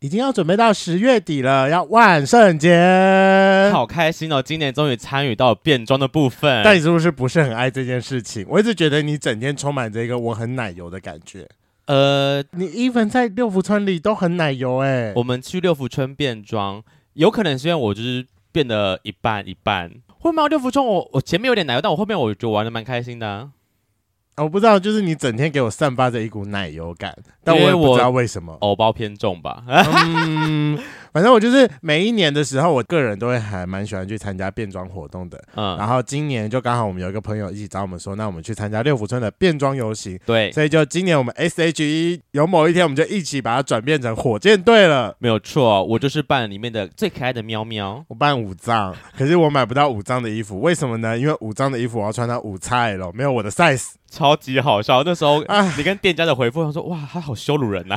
已经要准备到十月底了，要万圣节。好开心哦！今年终于参与到变装的部分，但你是不是不是很爱这件事情？我一直觉得你整天充满着一个我很奶油的感觉。呃，你 even 在六福村里都很奶油哎、我们去六福村变装，有可能是因为我就是变得一半一半。会吗？六福村我我前面有点奶油，但我后面我觉得玩的蛮开心的啊、我不知道，就是你整天给我散发着一股奶油感，但我也因为不我知道为什 么。偶包偏重吧？ 嗯，反正我就是每一年的时候，我个人都会还蛮喜欢去参加变装活动的。嗯，然后今年就刚好我们有一个朋友一起找我们说，那我们去参加六福村的变装游行，对，所以就今年我们 S H E 有某一天我们就一起把它转变成火箭队了。没有错，我就是扮里面的最可爱的喵喵。我扮五藏， 可是我买不到五藏的衣服，为什么呢？因为五藏的衣服我要穿到五 XL，没有我的 size。超级好笑，那时候唉你跟店家的回复，他说：“哇，他好羞辱人呐、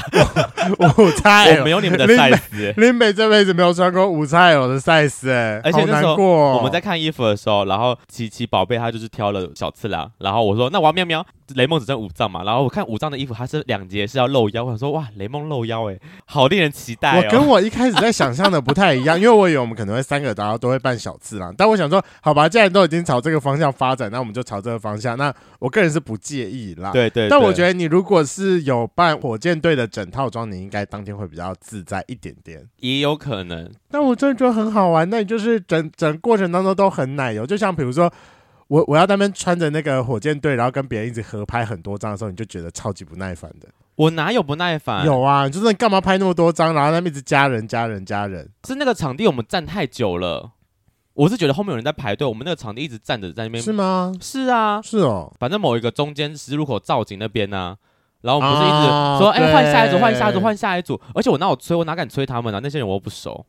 五 XL，我没 有你们的林北 size、林北这辈子没有穿过五 XL 的 size，哎、而且好那难时候过哦、我们在看衣服的时候，然后琪琪宝贝她就是挑了小次郎，然后我说那我要喵喵，雷梦只剩五藏嘛，然后我看五藏的衣服它是两截是要露腰，我想说哇雷梦露腰哎、好令人期待我哦。跟我一开始在想象的不太一样，因为我以为我们可能会三个，然后都会办小次郎。但我想说，好吧，既然都已经朝这个方向发展，那我们就朝这个方向。那我个人是不介意啦。。 对对对，但我觉得得你如果是有办火箭队的整套装，你应该当天会比较自在一点点。也有可能，但我真的觉得很好玩，那你就是整整过程当中都很奶油，就像比如说。我我要那边穿着那个火箭队，然后跟别人一直合拍很多张的时候，你就觉得超级不耐烦的。我哪有不耐烦？有啊，你就是干嘛拍那么多张，然后在那边一直加人加人加人。是那个场地我们站太久了，我是觉得后面有人在排队，我们那个场地一直站着在那边。是吗？是啊，是哦，反正某一个中间十字路口造景那边呢、然后我们不是一直啊说，哎、对换下一组，换下一组，换下一组。而且我哪有催，我哪敢催他们啊？那些人我又不熟。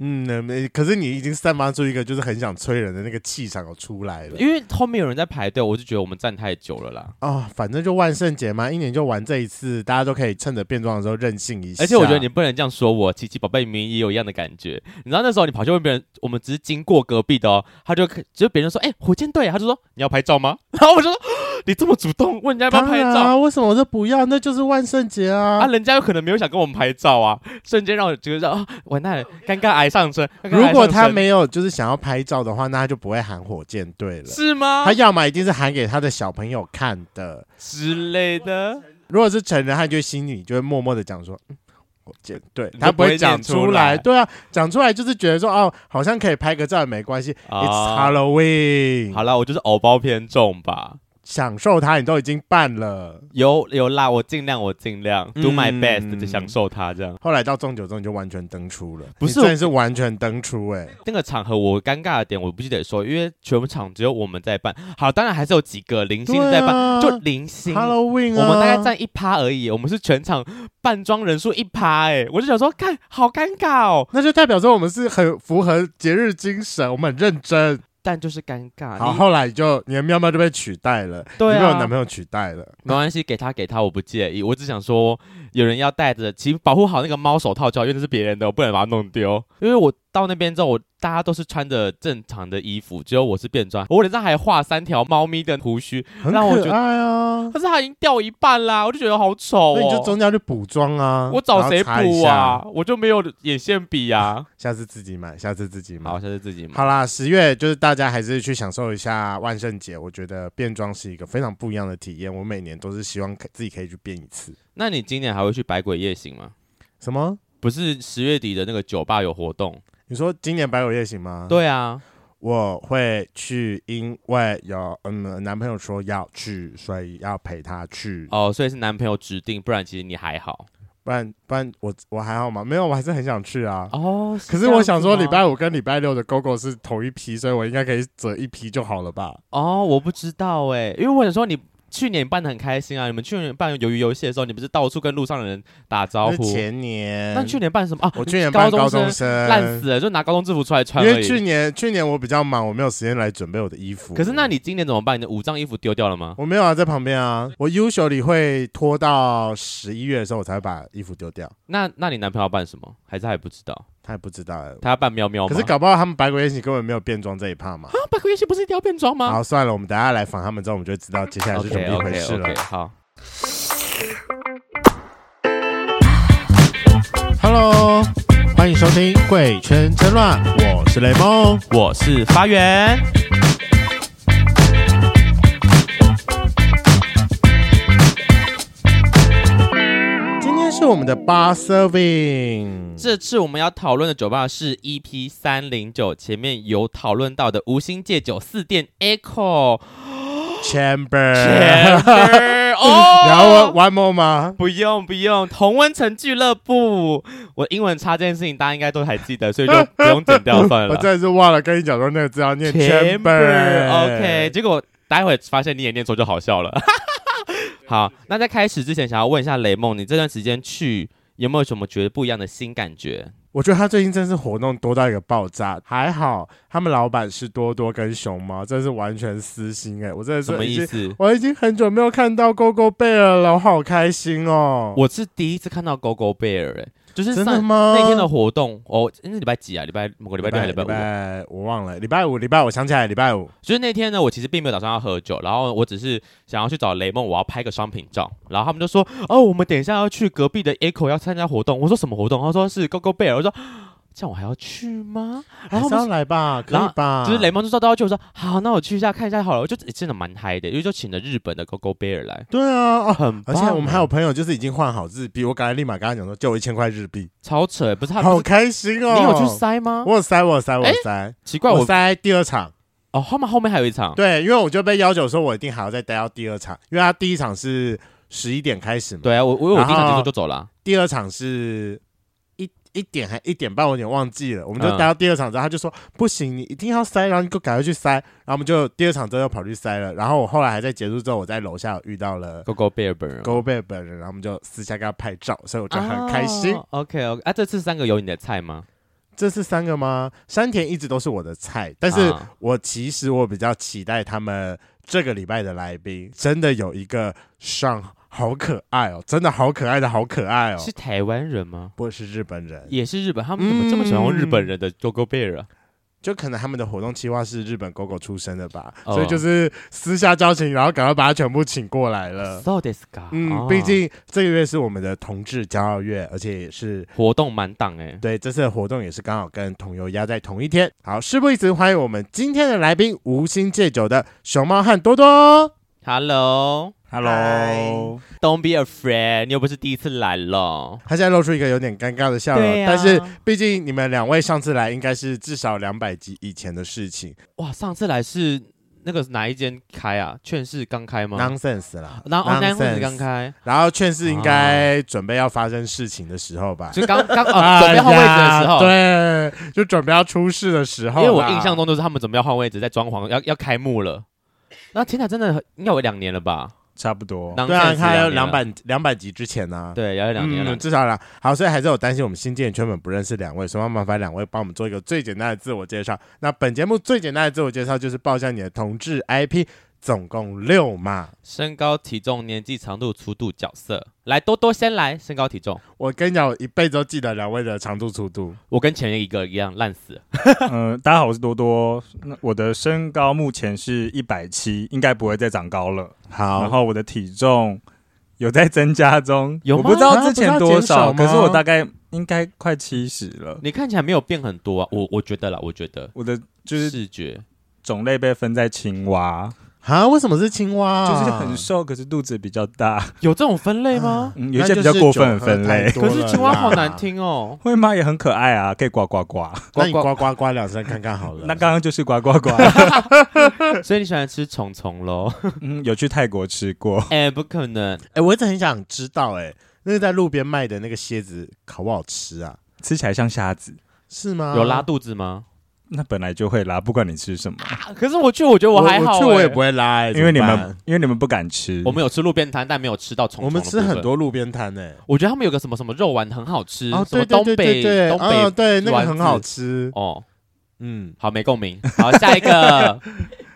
嗯，那没可是你已经散发出一个就是很想催人的那个气场有出来了因为后面有人在排队，我就觉得我们站太久了啦。啊、反正就万圣节嘛，一年就玩这一次，大家都可以趁着变装的时候任性一下。而且我觉得你不能这样说我，琪琪宝贝明明也有一样的感觉。你知道那时候你跑去问别人，我们只是经过隔壁的哦，他就就别人说，哎、火箭队啊，他就说你要拍照吗？ 然后我就说你这么主动问人家要不要当拍然照啊，为什么我就不要？那就是万圣节啊！啊，人家有可能没有想跟我们拍照啊，瞬间让我觉得啊，完蛋了，尴尬癌上身。尴尬癌如果上他身没有就是想要拍照的话，那他就不会喊火箭队了。是啊吗他？要么一定是喊给他的小朋友看的，之类的，如果是成人，他就会心里就会默默的讲说。嗯火箭队，你就他不不会会讲念出出来，来对啊，讲出来就是觉得说，哦，好像可以拍个照也没关系，It's 啊， Halloween，好了，我就是偶包偏重吧，享受它，你都已经办了。有有啦，我尽量，我尽量、嗯 do my best，就享受它这样。后来到中九中你就完全登出了，不是你真的是完全登出哎、那个场合我尴尬的点，我必须得说，因为全场只有我们在办，好，当然还是有几个零星的在办，啊就零星。 Halloween 我啊，们大概占一趴而已，我们是全场扮装人数一趴，哎，我就想说，看好尴尬哦，那就代表说我们是很符合节日精神，我们很认真。但就是尴尬。好，啊你后来就你的喵喵就被取代了，对你被我啊男，朋友取代了。没关系，给他给他，我不介意。我只想说，有人要带着，请保护好那个猫手套就好，因为那是别人的，我不能把它弄丢。因为我到那边之后，我大家都是穿着正常的衣服，只有我是变装，我脸上还画三条猫咪的胡须，很让我觉可得爱啊，可是它已经掉一半啦，我就觉得好丑哦。那你就中间要去补妆啊。 我找谁然后擦一补下？啊？我就没有眼线笔啊。下次自己买，下次自己买好，。下次自己买。好啦，十月就是大家还是去享受一下万圣节。我觉得变装是一个非常不一样的体验，我每年都是希望可自己可以去变一次。那你今年还会去百鬼夜行吗？什么？不是十月底的那个酒吧有活动？你说今年百鬼夜行吗？，对啊，我会去，因为有嗯男朋友说要去，所以要陪他去。哦，所以是男朋友指定，不然其实你还好。不然不然我我还好吗？没有，我还是很想去啊。哦，可是这样我子想说，吗礼拜五跟礼拜六的 GoGo 是同一批，所以我应该可以折一批就好了吧？哦，我不知道哎、因为我想说你去年办的很开心啊，你们去年办鱿鱼游戏的时候，你不是到处跟路上的人打招那呼是？前年，那你去年办什么啊？我去年办高高中中生，烂死了，就拿高中制服出来穿因而为去已。年去年我比较忙，我没有时间来准备我的衣服。可是那你今年怎么办？你的五张衣服丢掉了吗？我没有啊，在旁边啊。我 usually 会拖到十一月的时候，我才会把衣服丢掉。那那你男朋友要办什么？还是他也不知道？他也不知道、欸。他要办喵喵吗？可是搞不好他们百鬼夜行根本没有变装这一趴嘛。啊，百鬼夜行不是一定要变装吗好，算了，我们等一下来访他们之后，我们就会知道接下来是怎么？OK 一回 OK 事了。 OK，好。 Hello，迎收听《贵圈争乱》，我是雷梦。我是发源。今天是我们的 bar serving，这次我们要讨论的酒吧是 EP 三零九，前面有讨论到的无心戒酒四店 Echo chamber。 Chamber 哦，呃 然后 one more 吗？不用不用，同温层俱乐部，我英文差这件事情大家应该都还记得，所以就不用剪掉算 我了。真的是忘了跟你讲说那个字要念 OK， chamber，OK，结果待会发现你也念错就好笑了。 好，那在开始之前，想要问一下雷梦，你这段时间去有没有什么觉得不一样的新感觉？我觉得他最近真是活动多到一个爆炸，还好他们老板是多多跟熊猫，真是完全私心哎、我真的是什么已意经思？ 我已经很久没有看到勾勾贝尔了，我好开心哦！我是第一次看到狗狗贝尔，哎，就是真的上吗？那天的活动，哦，那是礼拜几啊？礼拜某个礼拜六还是礼礼拜五？哦拜我忘了，礼拜五，礼拜五想起来，礼拜五就是那天呢，我其实并没有打算要喝酒，然后我只是想要去找雷梦，我要拍个商品照。然后他们就说：“哦，我们等一下要去隔壁的 Echo 要参加活动。”我说：“什么活动？”他说：“是 Go Go Bear。”我说：“这样我还要去吗？”然还后我是要啊们来吧，可然后以吧？就是雷梦就说都要去，我说：“好，那我去一下看一下好了。”我就诶真的蛮嗨的，因为就请了日本的 Go Go Bear 来，对啊，哦。很而棒。且我们还有朋友就是已经换好日币，我刚才立马跟他讲说，借我一千块日币，超扯，不是他好们开心哦！你有去塞吗？我有塞，我有塞，我有塞，奇怪，我有我塞第二场。哦，后面后面还有一场，对，因为我就被要求说，我一定还要再待到第二场，因为他第一场是十一点开始嘛，对啊，我我有第一场结然束后就走了啊。第二场是一一点还一点半，我有点忘记了，我们就嗯待到第二场之后，他就说不行，你一定要塞，然后你给我赶快去塞，然后我们就第二场之后又跑去塞了，然后我后来还在结束之后，我在楼下有遇到了 Go Go Bear 本人， g o b e 本人，然后我们就私下跟他拍照，所以我就很开心。 OK OK，啊，这次三个有你的菜吗？这是三个吗？山田一直都是我的菜，但是啊我其实我比较期待他们这个礼拜的来宾，真的有一个上好可爱哦，真的好可爱的好可爱哦，呃是台湾人吗？不是日本人，也是日本，他们怎么这么喜欢用日本人的 Gogo Bear 啊？就可能他们的活动计划是日本狗狗出身的吧，哦所以就是私下交情，然后赶快把他全部请过来 了。 So this guy，嗯，毕竟这个月是我们的同志骄傲月，而且也是活动满档哎。对这次的活动也是刚好跟同游压在同一天。好，事不宜迟，欢迎我们今天的来宾无心戒酒的熊猫和多多。 Hello，Don't Hello， be afraid，你又不是第一次来了。他现在露出一个有点尴尬的笑容，对啊但是毕竟你们两位上次来应该是至少两百集以前的事情哇，上次来是那个哪一间开啊？劝世刚开吗？ ，nonsense 啦然后 online 会 nonsense 是刚开，然后劝是应该准备要发生事情的时候吧，就刚刚 哦，准备换位置的时候。哎呀对，就准备要出事的时候因啦。为我印象中就是他们准备要换位置，在装潢，要要开幕了。那天哪，真的应该有两年了吧？差不多， Nonsense 对啊，他要两两年百两百集之前呢、对，要有两年了嗯，。至少啦。好，所以还是有担心我们新进的圈粉不认识两位，所以要麻烦两位帮我们做一个最简单的自我介绍。那本节目最简单的自我介绍就是报一下你的同志 IP，总共六嘛。身高、体重、年纪、长度、粗度、角色。来，多多先来，身高、体重。我跟你讲，我一辈子都记得两位的长度粗度。我跟前面一个一样烂死了，嗯，大家好，我是多多。那我的身高目前是一百七，应该不会再长高了。然好，后我的体重有在增加中，有吗我不知道啊之前不是要多减少少，吗可是我大概应该快七十了。你看起来没有变很多啊。我我觉得啦，我觉得我的就是视觉种类被分在青蛙，啊，为什么是青蛙？就是很瘦，可是肚子比较大，有这种分类啊吗？嗯、有一些比较过分的分类。可是青蛙好难听。听哦。会吗？也很可爱啊，可以呱呱呱。那你呱呱呱两声看看好了。 那刚刚就是呱呱呱。所以你喜欢吃虫虫喽？ 嗯，有去泰国吃过， 哎，不可能，哎、我一直很想知道、哎，那个在路边卖的那个蝎子好不好吃啊？吃起来像虾子，是吗？有拉肚子吗？那本来就会啦，不管你吃什么。啊可是我去，我觉得还我好。去哎我也不，会拉、哎因为你怎么们办因为你们不敢吃，我们有吃路边摊，但没有吃到虫虫。我们吃很。多路边摊哎，我觉得他们有个什么什么肉丸很好吃，哦什么对东对对对北对，东哦北对那个丸很子好吃，哦，嗯，好没共鸣。好，下一 个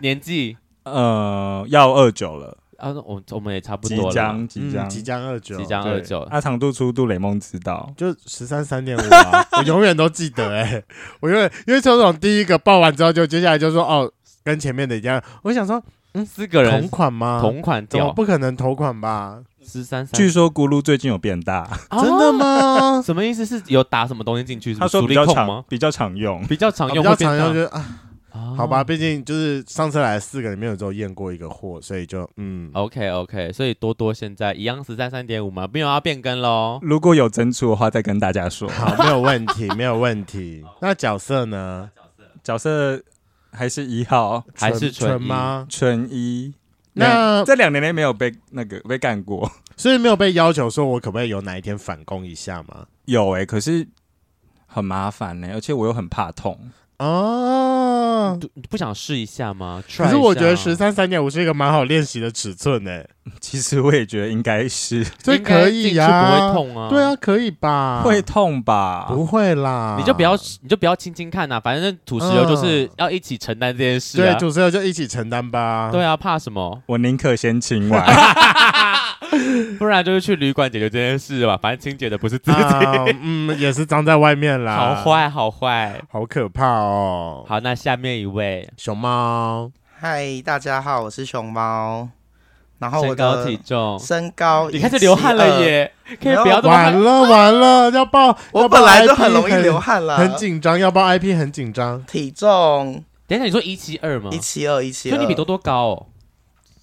年纪。呃要二九了，啊，那我我们也差不即多了，将即将嗯即将二九，即将二对九。啊，长度粗度雷蒙知道，就十三三点五啊，我永远都记得哎、我永远因为邱总第一个报完之后，就接下来就说哦，跟前面的一样，我想说嗯四个同人款吗？同款怎么掉，不可能同款吧？十三三据说咕噜最近有变 大，哦真的？吗啊？什么意思？是有打什么东西进去？他说比比较吗常？比较常用，比较 常比用，较会变常用大就是啊，啊好吧，毕竟就是上次来的四个里面有只有验过一个货，所以就嗯， OK OK，所以多多现在一样十三三点五嘛，没有要变更喽。如果有增出的话再跟大家说。好，没有问题， 没有问题。那角色呢？角色还是一号还是纯纯吗？纯一，那两这两年内没有被那个被干过， 所以没有被要求说我可不可以有哪一天反攻一下吗？有哎、可是很麻烦欸呢、而且我又很怕痛。哦，你不想试一下啊吗？可是我觉得十 try 一下三三点五是一个蛮好练习的尺寸诶、其实我也觉得应该是所以应该可以呀、进去不会痛啊。对啊，，可以吧？会痛吧？不会啦？你就不要你就不要轻轻看呐、啊反正土石流就是要一起承担这件嗯事对啊。主持人就一起承担吧。对啊，怕什么？我宁可先亲 完。不然就是去旅馆解决这件事吧。反正清洁的 不是自己，啊，嗯，也是脏在外面啦，好，坏好坏。好可怕哦。好，那下面一位熊猫，嗨，大家好，我是熊猫。然啊后我身高的体重，身高，你开始流汗了！耶，可以不啊要这么完汗。了完了，要报，我要报本来就 IP 很容易啊流汗啦。很紧张，要报 IP 很紧张。体重等一下，你说一七二吗？一七二，一七嗯所以二，你比多多高哦。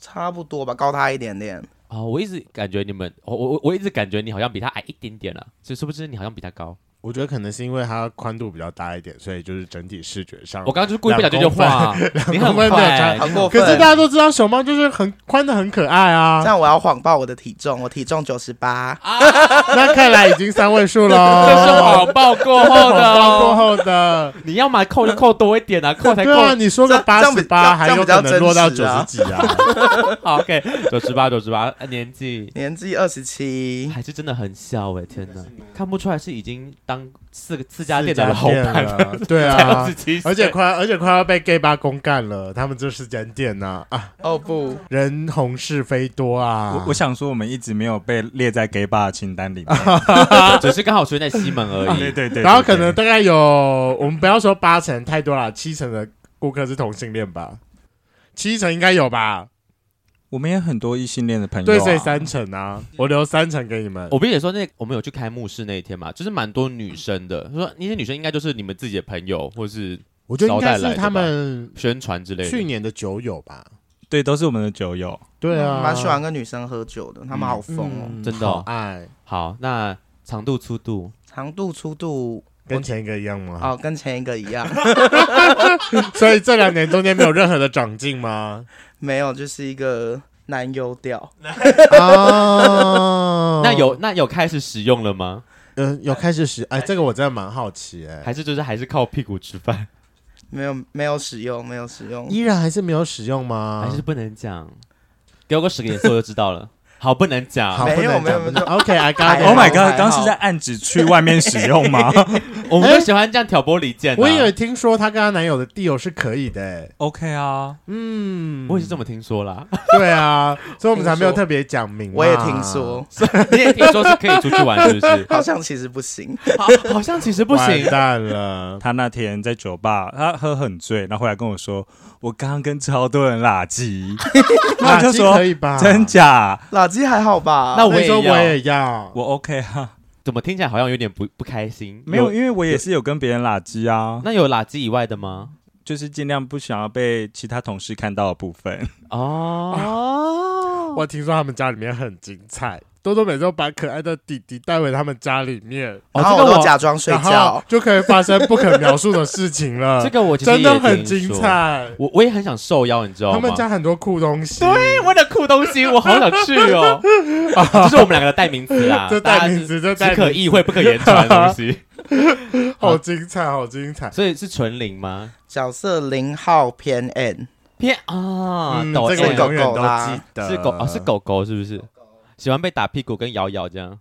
差不多吧，高他一点点。哦，我一直感觉你们，我我我我一直感觉你好像比他矮一点点了，所以是不是你好像比他高？我觉得可能是因为它宽度比较大一点，所以就是整体视觉上我，刚刚就是故意不讲这句话，你很嗯公分快没有差欸，好你过可分是大家都知道熊猫就是很宽的很可爱啊 这。样我要谎报我的体重，我体重九十八。那看来已经三位数喽，这是谎报过后的报过哦。后的。你要嘛扣就扣多一点啊，扣才对啊，扣你说个这这八样十比八，还这样有比较可能落到真实九十啊几啊。好 OK，九十八九十八，呃年纪年纪二十七，还是真的很小哎，天哪，看不出来是已经当四个四 家店的老店板了，了，对 才啊二十，七岁，而且快而且快要被 gay 吧公干了，他们这是间店呐啊，哦不，人红是非多啊。我我想说，我们一直没有被列在 gay bar 清单里面。只是刚好出现在西门而 对已。对对，然后可对能大概有，我们不要说八成太多了，七成的顾客是同性恋吧，七成应该有吧，我们也很多异性恋的朋友、啊，对，所以三成啊，我留三成给你们。我不是也说那我们有去开幕式那一天嘛，就是蛮多女生的，说那些女生应该就是你们自己的朋友或是我觉得应该招待来是的吧他们宣传之类的。去年的酒友吧，对都是我们的酒友。对啊，嗯蛮喜欢跟女生喝酒的，他们好疯啊哦。嗯真的哦好爱，好，那长度粗度，长度、粗度跟前一个一样吗？啊哦，跟前一个一样， 所以这两年中间没有任何的长进 吗？没有，就是一个男优调。啊，那有那有开始使用了吗？嗯有开始使哎，这个我真的蛮好奇哎，还是就是还是靠屁股吃饭？没有，没有使用，没有使用。依然还是没有使用吗还？是不能讲？给我个十个颜色我就知道了。好，不能好，讲。没有不能讲啊没有不能 OK，I got 还 it。好 Oh my 还 god！好刚是在暗指去外面使用 吗我们都喜欢这样挑拨离间、啊。我也有听说她跟她男友的地友是可以的、欸？OK 啊，嗯，我也是这么听说啦。对啊，所以我们才没有特别讲明。我也听，说， 你 也听说是可以出去玩，是 不是？好像其实不行。 好，好像其实不完行。蛋 了。他那天在酒吧，他喝很醉，然后回来跟我说，我刚刚跟超多人拉鸡，那我就垃圾说可以吧？真？假？垃圾还好吧？那我也说我要，也要，我 OK 啊，怎么听起来好像有点不不开心？没有，因为我也是有跟别人拉鸡啊，那有垃圾以外的吗？就是尽量不想要被其他同事看到的部分。 哦，我听说他们家里面很精彩。多多每次都把可爱的弟弟带回他们家里面，哦然后这个我我都假装睡然后觉，就可以发生不可描述的事情了。 这个我其实真的也很听精说。彩。我我也很想受邀，你知道吗？他们家很多酷东西，对，我的酷东西，我好想去 哦。这是我们两个的代名词啦，这代名词，这大家代只可名意会不可言传的东西。 词，好精彩，好精彩。所以是纯零吗？角色零号偏 N，偏啊，嗯，抖这个我 M 是狗永远都狗啦记得，是狗哦，是狗狗是不是？喜欢被打屁股跟咬咬这样，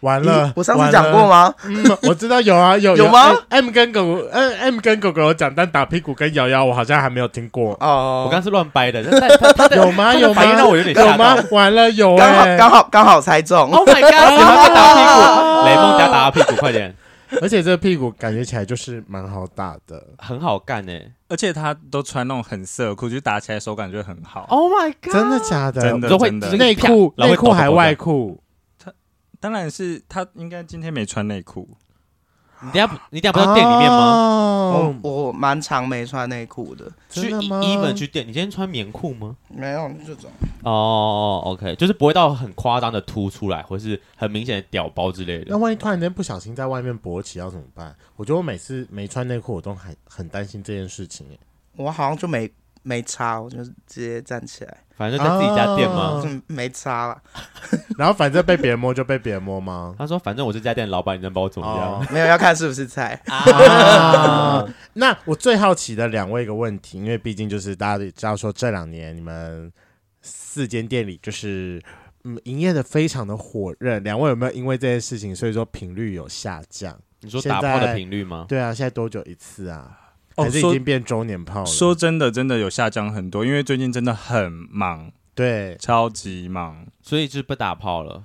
完了咦，我上次讲过吗？完了？嗯，我知道有啊，有有吗？M 跟狗，嗯，M 跟狗狗有讲，但打屁股跟摇摇，我好像还没有听过。哦，我刚刚是乱掰的，但 但他他的有吗？他有的吗反应？让我有点吓有到吗。？完了，有刚好哎。刚好刚好猜中，哦哦 Oh my god！喜欢被打屁股，雷蒙等下打他屁股，快点！而且这屁股感觉起来就是蛮好打的。很好干哎、而且他都穿那种很色裤，就是打起来手感就会很好。 Oh my god！真的假的？真的都会真的就是内啪裤然后内会裤还抖抖抖外裤，当然是他应该今天没穿内裤，你等一下你等一下不是到店里面吗？哦我我蛮常没穿内裤的，去真的 e- 吗 even 去店，你今天穿棉裤吗？没有这种。哦、o k 就是不会到很夸张的凸出来，或是很明显的屌包之类那的。万一突然间不小心在外面勃起要怎么办？我觉得我每次没穿内裤，我都很很担心这件事情。哎我好像就没没擦，我就直接站起来，反正就在自己家店嘛。嗯就没擦了，然后反正被别人摸就被别人摸吗？他说：“反正我是这家店的老板，你能把我怎么样？”哦没有要看是不是菜。啊，那我最好奇的两位一个问题，因为毕竟就是大家也知道说这两年你们四间店里就是嗯营业的非常的火热，两位有没有因为这件事情，所以说频率有下降？你说现打炮的在频率吗？对啊，现在多久一次啊？哦还是已说经变周年炮了？说真的，真的有下降很多，因为最近真的很忙，对，超级忙。所以就是不打炮了。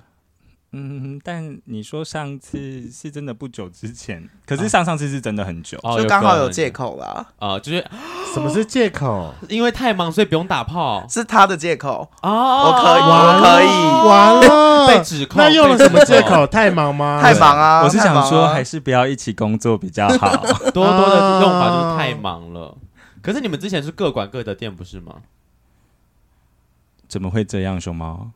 嗯，但你说上次是真的不久之前，可是上上次是真的很久。哦，就刚好有可能借口啦，啊、就是什么是借口？因为太忙，所以不用打炮是他的借口，哦，我可以，哇我可以，完了， 被指控。那用了什么被指借控？口？太忙吗？ 太忙啊！我是太想忙啊说，还是不要一起工作比较好。 多多的用法就是太忙了。可是你们之前是各管各的店，不是吗？怎么会这样，熊猫？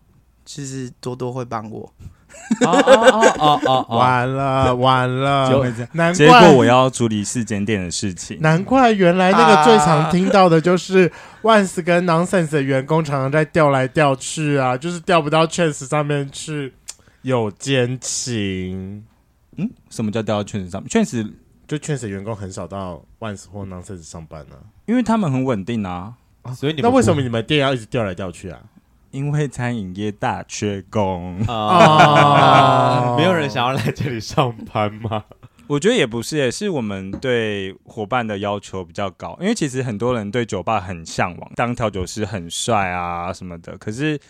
其实多多会帮我，哦哦哦哦哦！完 了完就了会这样，难结怪果我要处理四间店的事情。难怪原来那个最常听到的就是万斯跟 nonsense 的员工常常在调来调去啊， 就是调不到 chance 上面去。有奸情，嗯，什么叫掉到圈子上面？确实，就 chance 员工很少到万斯或 nonsense 上班呢、因为他们很稳定啊，所以你们那为什么你们店要一直调来调去啊？因为餐饮业大缺工。啊？没有人想要来这里上班吗？我觉得也不是耶，是我们对伙伴的要求比较高。因为其实很多人对酒吧很向往，当调酒师很帅啊什么的。可是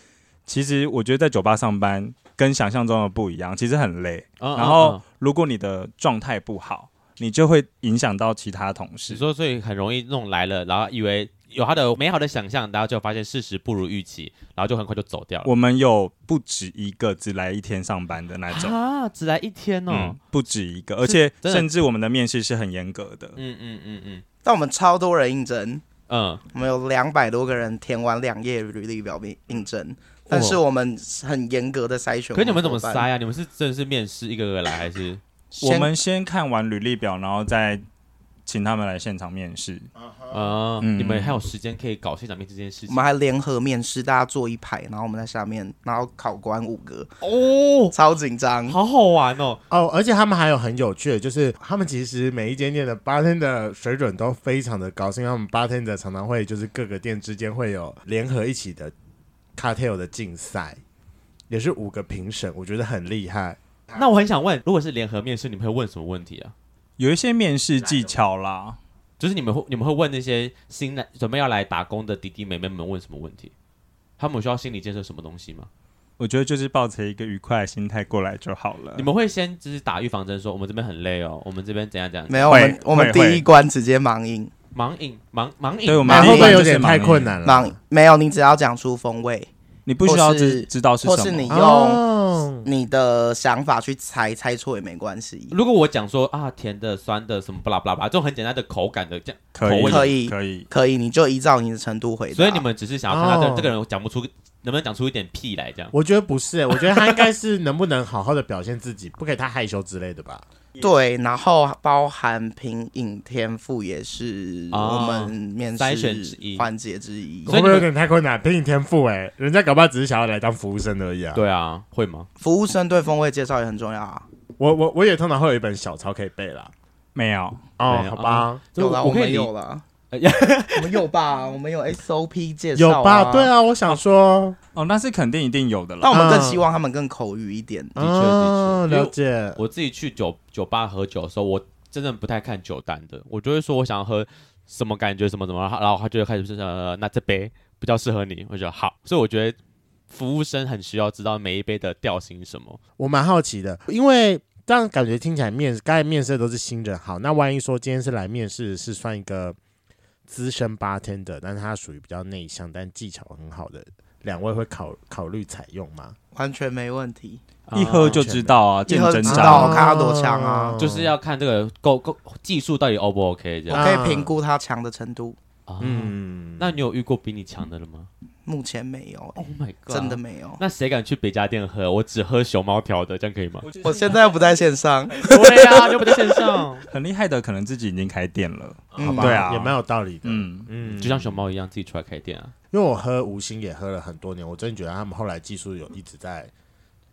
其实我觉得在酒吧上班跟想象中的不一样，其实很累。嗯嗯然后嗯如果你的状态不好，你就会影响到其他同你事。说，所以很容易弄来了，然后以为有他的美好的想象，然后就发现事实不如预期，然后就很快就走掉了。我们有不止一个只来一天上班的那种。啊，只来一天哦嗯。，不止一个，而且真的甚至我们的面试是很严格的。嗯嗯嗯嗯但我们超多人应征，嗯，我们有两百多个人填完两页履历表应应征，但是我们很严格的筛选。可是你们怎么伙伴？塞啊？你们是真的是面试一个个来，还是我先们先看完履历表，然后再请他们来现场面试。啊？嗯你们还有时间可以搞现场面试这件事我情？们还联合面试，大家坐一排，然后我们在下面，然后考官五个，哦，超紧张。好好玩哦！哦，而且他们还有很有趣的，就是他们其实每一间店的 bartender 的水准都非常的高，是因为他们 bartender 常常会就是各个店之间会有联合一起的 cocktail 的竞赛，也是五个评审，我觉得很厉害。那我很想问，如果是联合面试，你们会问什么问题啊？有一些面试技巧啦，就是你们会你们会问那些新来准备要来打工的弟弟妹妹们问什么问题？他们有需要心理建设什么东西吗？我觉得就是抱着一个愉快的心态过来就好了你。们会先就是打预防针，说我们这边很累哦，我们这边怎样怎样，没有，我们会我们会会第一关直接盲饮，盲饮盲盲饮，对我们那盲会饮不会有就是点太盲饮困难了？盲没有，你只要讲出风味，你不需要或是知知道是或什是你么，用哦你的想法去猜，猜错也没关系。如果我讲说啊甜的酸的什么不啦不啦不啦，这种很简单的口感的这样，可口以味可以可以。可以，你就依照你的程度回答。所以你们只是想要看他哦这这个人讲不出能不能讲出一点屁来这样。我觉得不是、欸，我觉得他应该是能不能好好的表现自己，不给他害羞之类的吧。对，然后包含品饮天赋也是哦我们面筛选之试一环节之一。所会以不会有你点太困难？凭你天赋，哎，人家搞不好只是想要来当服务生而已啊。对啊，会吗？服务生对风味介绍也很重要啊。我我我也通常会有一本小抄可以背啦。没有，哦对，好吧，就有啦，我可以们理有啦， 哎呀我们有吧？我们有 SOP 介绍、啊，有吧？对。啊，我想说。哦，那是肯定一定有的啦。但我们更嗯希望他们更口语一点。的确的确了解。我自己去酒酒吧喝酒的时候，我真的不太看酒单的，我就会说我想要喝什么感觉什么什么，然后然后他就会开始说呃，那这杯比较适合你，我就觉得好，所以我觉得服务生很需要知道每一杯的调性是什么。我蛮好奇的，因为这样感觉听起来面刚才面试的都是新人，好，那万一说今天是来面试是算一个资深 bartender，但是他属于比较内向但技巧很好的，两位会考考虑采用吗？完全没问题。一喝就知道啊，见一喝真就知章道。看他多强啊哦就是要看这个够够技术到底 O 不 OK 这我样。可以评估他强的程度，啊，嗯，那你有遇过比你强的了吗目前没有、 ？Oh my god！嗯真的？没有。那谁敢去别家店喝？我只喝熊猫调的，这样可以吗？我现在不在线上，对啊，又不在线 上，很厉害的，可能自己已经开店了。嗯好吧，对啊也蛮有道理的。嗯，嗯，就像熊猫一样自己出来开店啊。因为我喝无心也喝了很多年，我真的觉得他们后来技术有一直在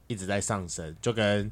一直在上升，就跟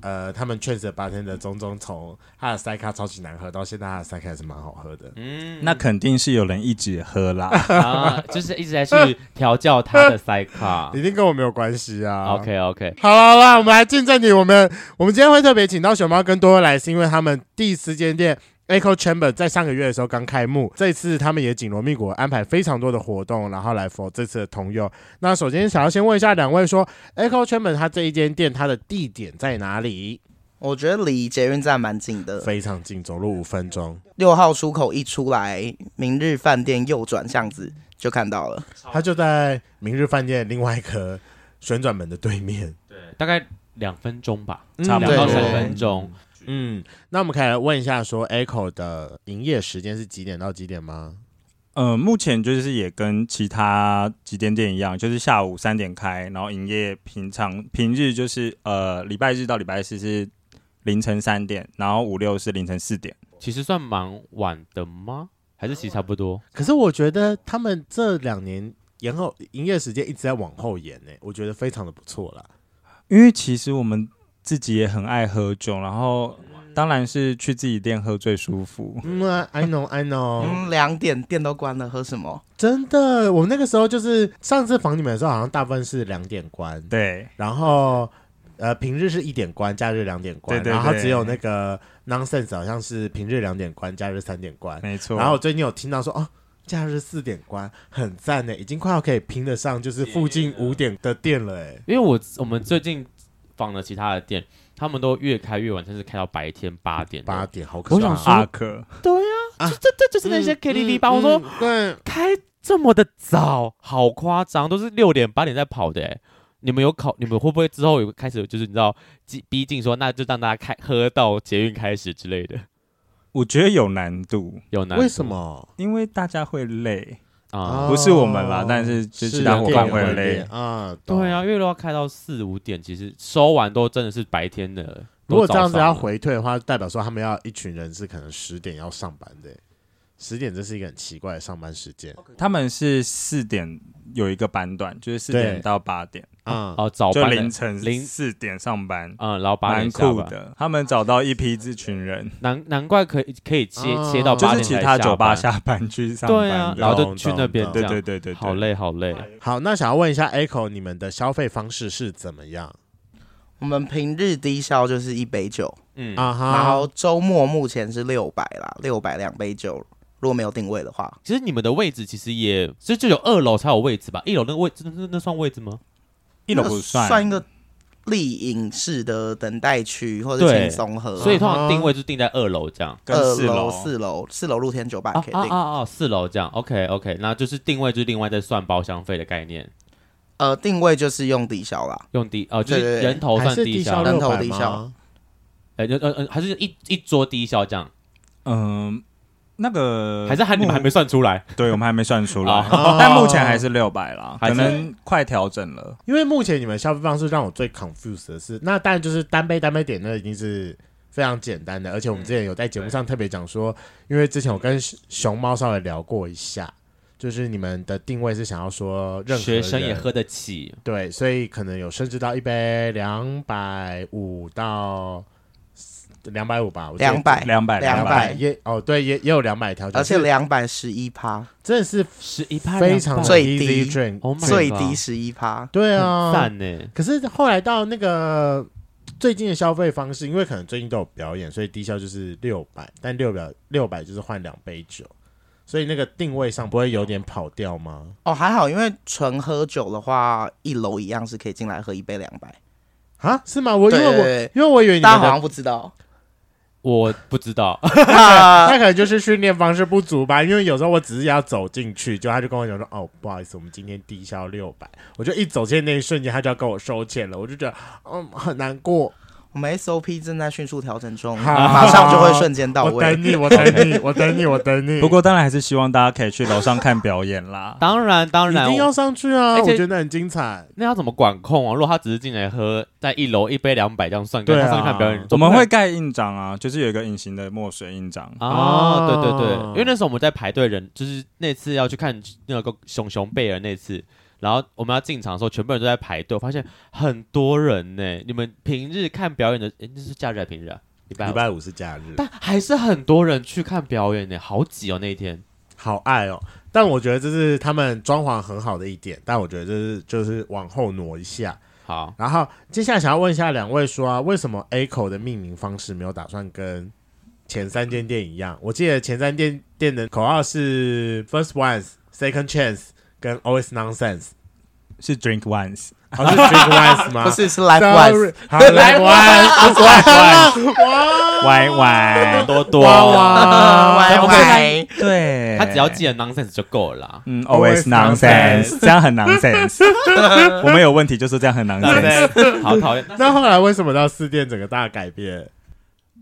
呃他们确实八天的中中从他的塞卡超级难喝到现在他的塞卡还是蛮好喝的。嗯，那肯定是有人一直 喝啦。啊，就是一直在去调教他的塞卡 一。定跟我没有关系啊。 OK OK，好了好了，我们来进正题。我们我们今天会特别请到熊猫跟多多来，是因为他们第四间店 Echo Chamber 在上个月的时候刚开幕，这次他们也紧锣密鼓地安排非常多的活动，然后来 for 这次的同游。那首先想要先问一下两位说，Echo Chamber 它这一间店它的地点在哪里？我觉得离捷运站蛮近的，非常近，走路五分钟。六号出口一出来，明日饭店右转巷子就看到了。它就在明日饭店另外一个旋转门的对面。大概两分钟吧，差不两多到三分钟。嗯，那我们可以来问一下说，Echo 的营业时间是几点到几点吗？呃，目前就是也跟其他几点店一样，就是下午三点开，然后营业平常平日就是呃礼拜日到礼拜四是凌晨三点，然后五六是凌晨四点。其实算蛮晚的吗？还是其实差不多？可是我觉得他们这两年延后营业时间一直在往后延呢、欸我觉得非常的不错啦。因为其实我们自己也很爱喝酒，然后当然是去自己店喝最舒服。嗯啊，I know I know，、嗯，两点店都关了，喝什么？真的，我们那个时候就是上次访你们的时候，好像大部分是两点关，对，然后呃平日是一点关，假日两点关，对对然后对只有那个 nonsense 好像是平日两点关，假日三点关，没错。然后我最近有听到说哦。假日四点关，很赞欸呢，已经快要可以拼得上就是附近五点的店了哎。因为我我们最近访了其他的店，他们都越开越晚，甚至开到白天八点。八，点好可我怕想啊！说阿克，这这啊就是那些 KTV 吧。我说嗯对，开这么的早，好夸张，都是六点八点在跑的、欸。你们有考？你们会不会之后有开始就是你知道逼逼近说，那就让大家开喝到捷运开始之类的？我觉得有难度，有难？为什么？因为大家会累。啊？不是我们啦但是就是啊其他伙伴会店累店啊。懂对啊，，因为都要开到四五点，其实收完都真的是白天的。如果这样子都早上要了回退的话，代表说他们要一群人是可能十点要上班的欸，十点这是一个很奇怪的上班时间他们是四点有一个班段，就是四对点到八点，啊。哦，早就班的凌晨零四点上班，嗯，然后八蛮点下酷班，的。他们找到一批这群人，难难怪可以可以切、哦切到啊就八是点其才他酒吧班，下班去上对啊班，的。然后就懂去那边哦懂这对样，对对对，对好。累好累，好，那想要问一下 Echo，你们的消费方式是怎么样我们平日低消就是一杯酒，嗯啊？然哈后，周末目前是六百啦，六百两杯酒，如果没有定位的话，其实你们的位置其实也，其实就有二楼才有位置吧？一楼那个位置，那那那算位置吗？一楼那不算一个丽饮式的等待区或者对轻松喝，所以通常定位就定在二楼这样。跟二四楼、四楼、四楼露天酒吧也啊可以啊定。啊啊！四楼这样，OK OK，那就是定位就是另外再算包厢费的概念，呃，定位就是用抵消啦，用低哦，就对是对对人头还算是低低消消，人头600低吗消呃呃呃，还是一一桌低消这样，嗯，那嗯个还是还你们还没算出来？对，我们还没算出来哦，但目前还是六百啦，还可是能快调整了。因为目前你们消费方式让我最 confused 的是，那当然就是单杯单杯点那已经是非常简单的，而且我们之前有在节目上特别讲说，因为之前我跟熊熊猫稍微聊过一下，就是你们的定位是想要说任何学人生也喝得起，对，所以可能有升至到一杯两百五到两百五吧，我记得两百，两百两200百也哦对也也有两百条，而且就是两百十一趴，真的是十一趴非常最 easy 低 drink， ，Oh my 最 God 低十一趴。对很啊，赞呢。可是后来到那个最近的消费方式，因为可能最近都有表演，所以低消就是六百，但六百六百就是换两杯酒，所以那个定位上不会有点跑掉吗？哦，还好，因为纯喝酒的话，一楼一样是可以进来喝一杯两百，啊？是吗？我因为对对我对因为我以为你大家们好的像不知道。我不知道，。那那可能就是训练方式不足吧，因为有时候我只是要走进去，就他就跟我讲说，哦，不好意思，我们今天低消六百，我就一走进那一瞬间，他就要跟我收钱了，我就觉得，嗯，很难过， 我们 SOP 正在迅速调整中，好马上就会瞬间到我位等。你，我等你，我等你，我等你。不过当然还是希望大家可以去楼上看表演啦 当然当一然定，要上去啊，而我且觉得很精彩。那要怎么管控啊？如果他只是进来喝，在一楼一杯两百这样算，跟对他啊上去看表演，我总不们能会盖印章啊，就是有一个隐形的墨水印章。啊，对对对啊，因为那时候我们在排队人，就是那次要去看那个熊熊贝尔那次，然后我们要进场的时候，全部人都在排队，我发现很多人呢、你们平日看表演的，诶那是假日还是平日啊？礼拜礼五，拜五是假日，但还是很多人去看表演呢、好挤哦那一天。好爱哦。但我觉得这是他们装潢很好的一点，但我觉得这是就是往后挪一下。好，然后接下来想要问一下两位说啊，为什么 A 口的命名方式没有打算跟前三间店一样？我记得前三间店的口号是 First Once, Second Chance 跟 Always Nonsense，是 Drink Once，好、是 Big Once 吗？不是，是 Life Sorry， Wise。好 Life Once，不是 Life Once，歪歪，多 多，啊哇哇 Wise ，OK 对，他只要记得 nonsense 就够了啦。嗯 Always，always nonsense nonsense，这样很 nonsense。我们有问题就是这样很 nonsense。 nonsense，好 讨厌。那那后来为什么到四店整个大改变？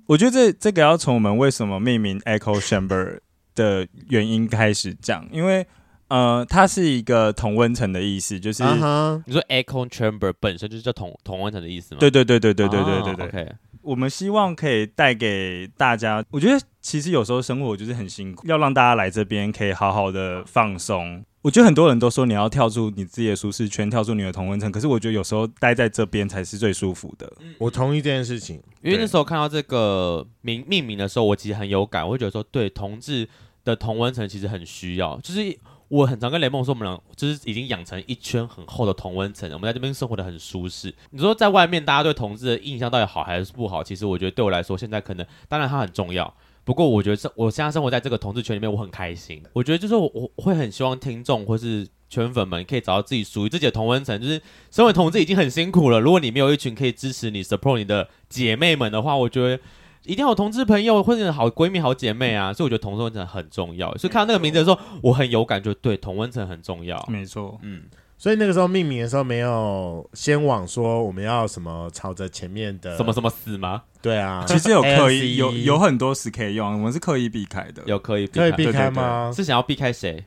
我觉得这这个要从我们为什么命名 Echo Chamber 的原因开始讲，因为呃，它是一个同温层的意思，就是、啊哈，你说 echo chamber 本身就是叫同同温层的意思吗？对对对对对对对对对。 o k 我们希望可以带给大家，我觉得其实有时候生活就是很辛苦，要让大家来这边可以好好的放松。我觉得很多人都说你要跳出你自己的舒适圈，跳出你的同温层，可是我觉得有时候待在这边才是最舒服的。嗯我同意这件事情。因为对那时候看到这个名命名的时候，我其实很有感，我会觉得说，对同志的同温层其实很需要。就是我很常跟雷梦说，我们俩就是已经养成一圈很厚的同温层，我们在这边生活的很舒适。你说在外面大家对同志的印象到底好还是不好？其实我觉得对我来说，现在可能当然它很重要。不过我觉得是，我现在生活在这个同志圈里面，我很开心。我觉得就是我我我会很希望听众或是圈粉们可以找到自己属于自己的同温层，就是身为同志已经很辛苦了，如果你没有一群可以支持你、support 你的姐妹们的话，我觉得一定要有同志朋友或者好闺蜜、好姐妹啊。所以我觉得同温层很重要。所以看到那个名字的时候，我很有感觉，对，同温层很重要。没错，嗯，所以那个时候命名的时候没有先往说我们要什么朝着前面的什么什么死吗？对啊，其实有刻 AFC 意有有很多词可以用，我们是刻意避开的。E 有可以避可开以避开吗？是想要避开谁？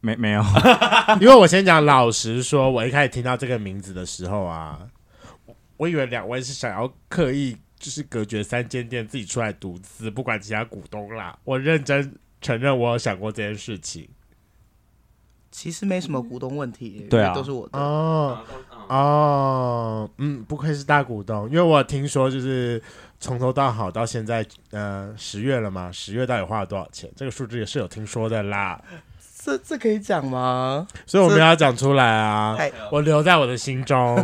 没没 有？因为我先讲老实说，我一开始听到这个名字的时候啊，我以为两位是想要刻意就是隔绝三间店自己出来独资，不管其他股东啦。我认真承认，我有想过这件事情。其实没什么股东问题，对啊因为都是我的。哦哦，嗯，不愧是大股东，因为我听说就是从头到好到现在，呃，十月了嘛，十月到底花了多少钱？这个数字也是有听说的啦，这这可以讲吗？所以我们要讲出来啊太，我留在我的心 中。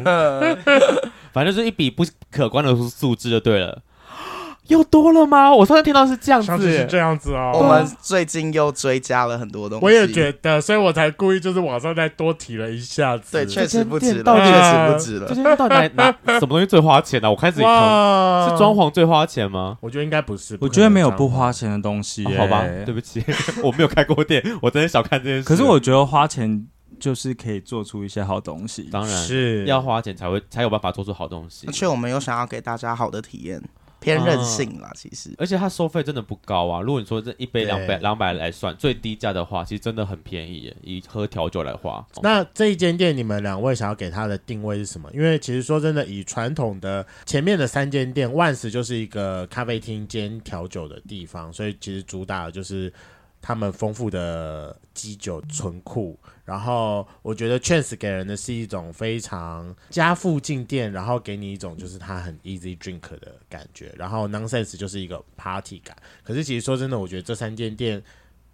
反正就是一笔不可观的数数字就对了。 又多了吗？我上次听到是这样上次是子，这样子哦，我们最近又追加了很多东西。我也觉得，所以我才故意就是往上再多提了一下子。对，确实不值了，啊这店间确到实底不值了这。些到底哪哪什么东西最花钱啊呢、我开始也坑哇，是装，潢最花钱吗？我觉得应该不是。我觉得没有不不可能花钱的东西、哦好吧，对。不起， 我没有开过店，我真的小看这件事。可是我觉得花钱就是可以做出一些好东西。当这样然是要花钱才会才有办法做出好东西而，且我们又想要给大家好的体验，偏任性啊啦，其实。而且它收费真的不高啊。如果你说这一对杯两百两百来算，最低价的话，其实真的很便宜耶，以喝调酒来花。那这一间店，你们两位想要给它的定位是什么？因为其实说真的，以传统的前面的三间店，万斯就是一个咖啡厅兼调酒的地方，所以其实主打的就是他们丰富的基酒存库。然后我觉得 Chance 给人的是一种非常家附近店，然后给你一种就是它很 easy drink 的感觉。然后 Nonsense 就是一个 party 感。可是其实说真的，我觉得这三间店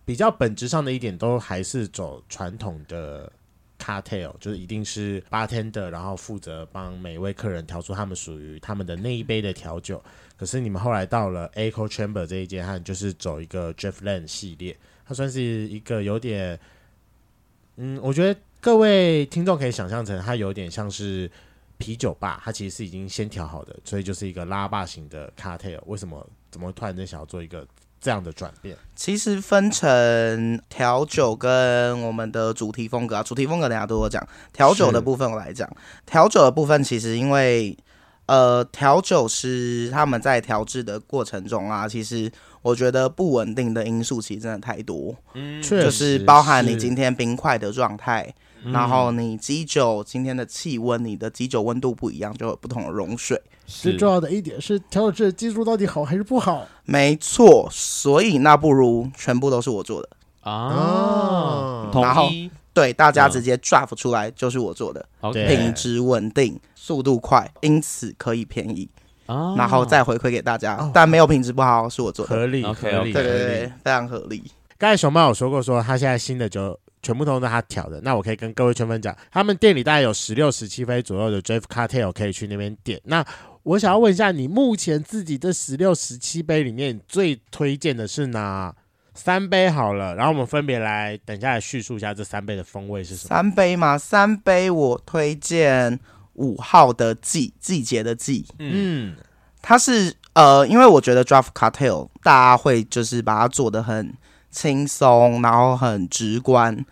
比较本质上的一点，都还是走传统的 cartel，就是一定是 bartender，然后负责帮每位客人调出他们属于他们的那一杯的调酒。可是你们后来到了 Echo Chamber 这一间，它就是走一个 Jeff Lane 系列，它算是一个有点，嗯，我觉得各位听众可以想象成它有点像是啤酒吧，它其实是已经先调好的，所以就是一个拉霸型的 cocktail。为什么怎么会突然间想要做一个这样的转变？其实分成调酒跟我们的主题风格啊，主题风格等一下对我讲，调酒的部分我来讲。调酒的部分其实因为呃，调酒师他们在调制的过程中啊，其实我觉得不稳定的因素其实真的太多，确实嗯就是包含你今天天冰块的状态，然后你基酒今天的气温，你的基酒温度不一样，就有不同的溶水。最是重要的一点是调酒师的技术到底好还是不好没错，所以那不如全部都是我做的。嗯啊，哦然同后意。对，大家嗯直接 draft 出来就是我做的，对 OK，品质稳定，速度快，因此可以便宜，啊然后再回馈给大家。哦但没有品质不好是我做的，合理 OK，合理，对对合对理对，非常合理。刚才熊猫有说过说他现在新的酒全部都是他调的，那我可以跟各位圈粉讲，他们店里大概有十六、十七杯左右的 Jeff Cartel 可以去那边点。那我想要问一下，你目前自己这十六、十七杯里面，你最推荐的是哪三杯？好了，然后我们分别来，等一下来叙述一下这三杯的风味是什么。三杯嘛，三杯我推荐五号的季季节的季，嗯嗯，它是呃，因为我觉得 draft cocktail 大家会就是把它做的很轻松，然后很直观，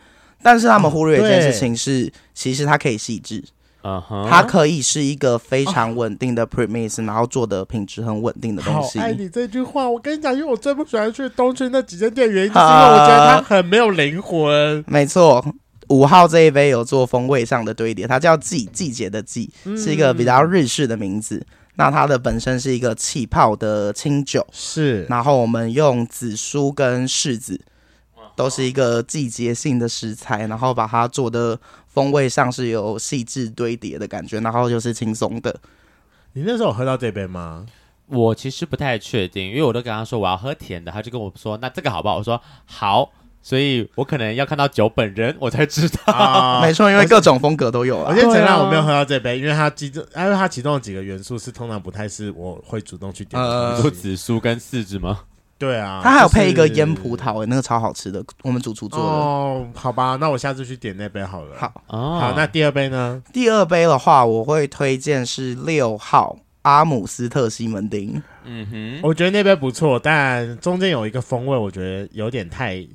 但是他们忽略一件事情是，其实它可以细致，啊哈，它可以是一个非常稳定的 premise，、然后做的品质很稳定的东哦好西。爱你这句话，我跟你讲，因为我最不喜欢去东区那几间店，原因就是因为我觉得它很没有灵魂。没错，五号这一杯有做风味上的堆叠，它叫季季节的季，嗯是一个比较日式的名字。那它的本身是一个气泡的清酒，是然后我们用紫苏跟柿子，都是一个季节性的食材，然后把它做的风味上是有细致堆叠的感觉，然后就是轻松的。你那时候有喝到这杯吗？我其实不太确定，因为我都跟他说我要喝甜的，他就跟我说那这个好不好？我说好，所以我可能要看到酒本人我才知道。 啊没错，因为各种风格都 有我啊。先承认对啊我没有喝到这杯，因为它其中，因为它其中的几个元素是通常不太是我会主动去点的你东说西。紫苏跟柿子 吗？对啊，它还有就是配一个腌葡。萄、欸，那个超好吃的，我们主厨做的。哦，好吧，那我下次去点那杯好了。好哦，好，那第二杯呢？第二杯的话，我会推荐是六号阿姆斯特西门町，嗯哼，我觉得那杯不错，但中间有一个风味，我觉得有点太，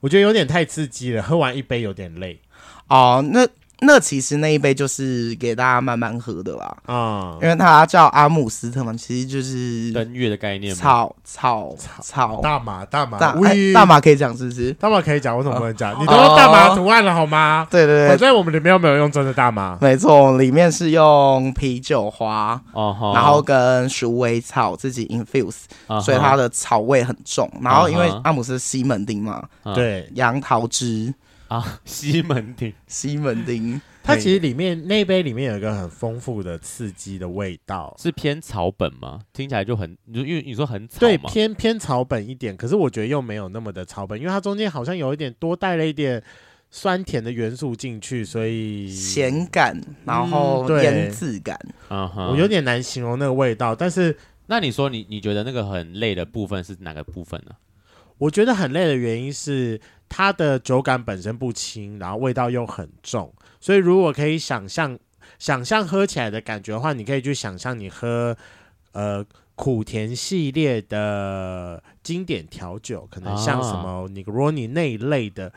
我觉得有点太刺激了，喝完一杯有点累哦，那那其实那一杯就是给大家慢慢喝的啦，啊。因为它叫阿姆斯特嘛，其实就是登月的概念吗？草草草大马，大马，大哎喂大，马可以讲是不是？大马可以讲，我怎么不能讲？你都用大马图案了好吗？对对反对，正我们里面又没有用真的大马。没错，里面是用啤酒花，哦吼，然后跟鼠尾草自己 infuse，、啊哈所以它的草味很重。然后因为啊哈阿姆斯西门町嘛，嗯对，杨桃汁啊西门町西门町，它其实实里面那杯里面有一个很丰富的刺激的味道， 是偏草本吗？听起来就很，你就因为你说很草对，嘛，偏偏草本一点，可是我觉得又没有那么的草本，因为它中间好像有一点多带了一点酸甜的元素进去，所以咸感，然嗯后对腌制感。嗯哼，我有点难形容那个味道。但是那你说你你觉得那个很累的部分是哪个部分呢？我觉得很累的原因是它的酒感本身不轻，然后味道又很重，所以如果可以想象想象喝起来的感觉的话，你可以去想象你喝呃苦甜系列的经典调酒，可能像什啊么尼格罗尼那一类的，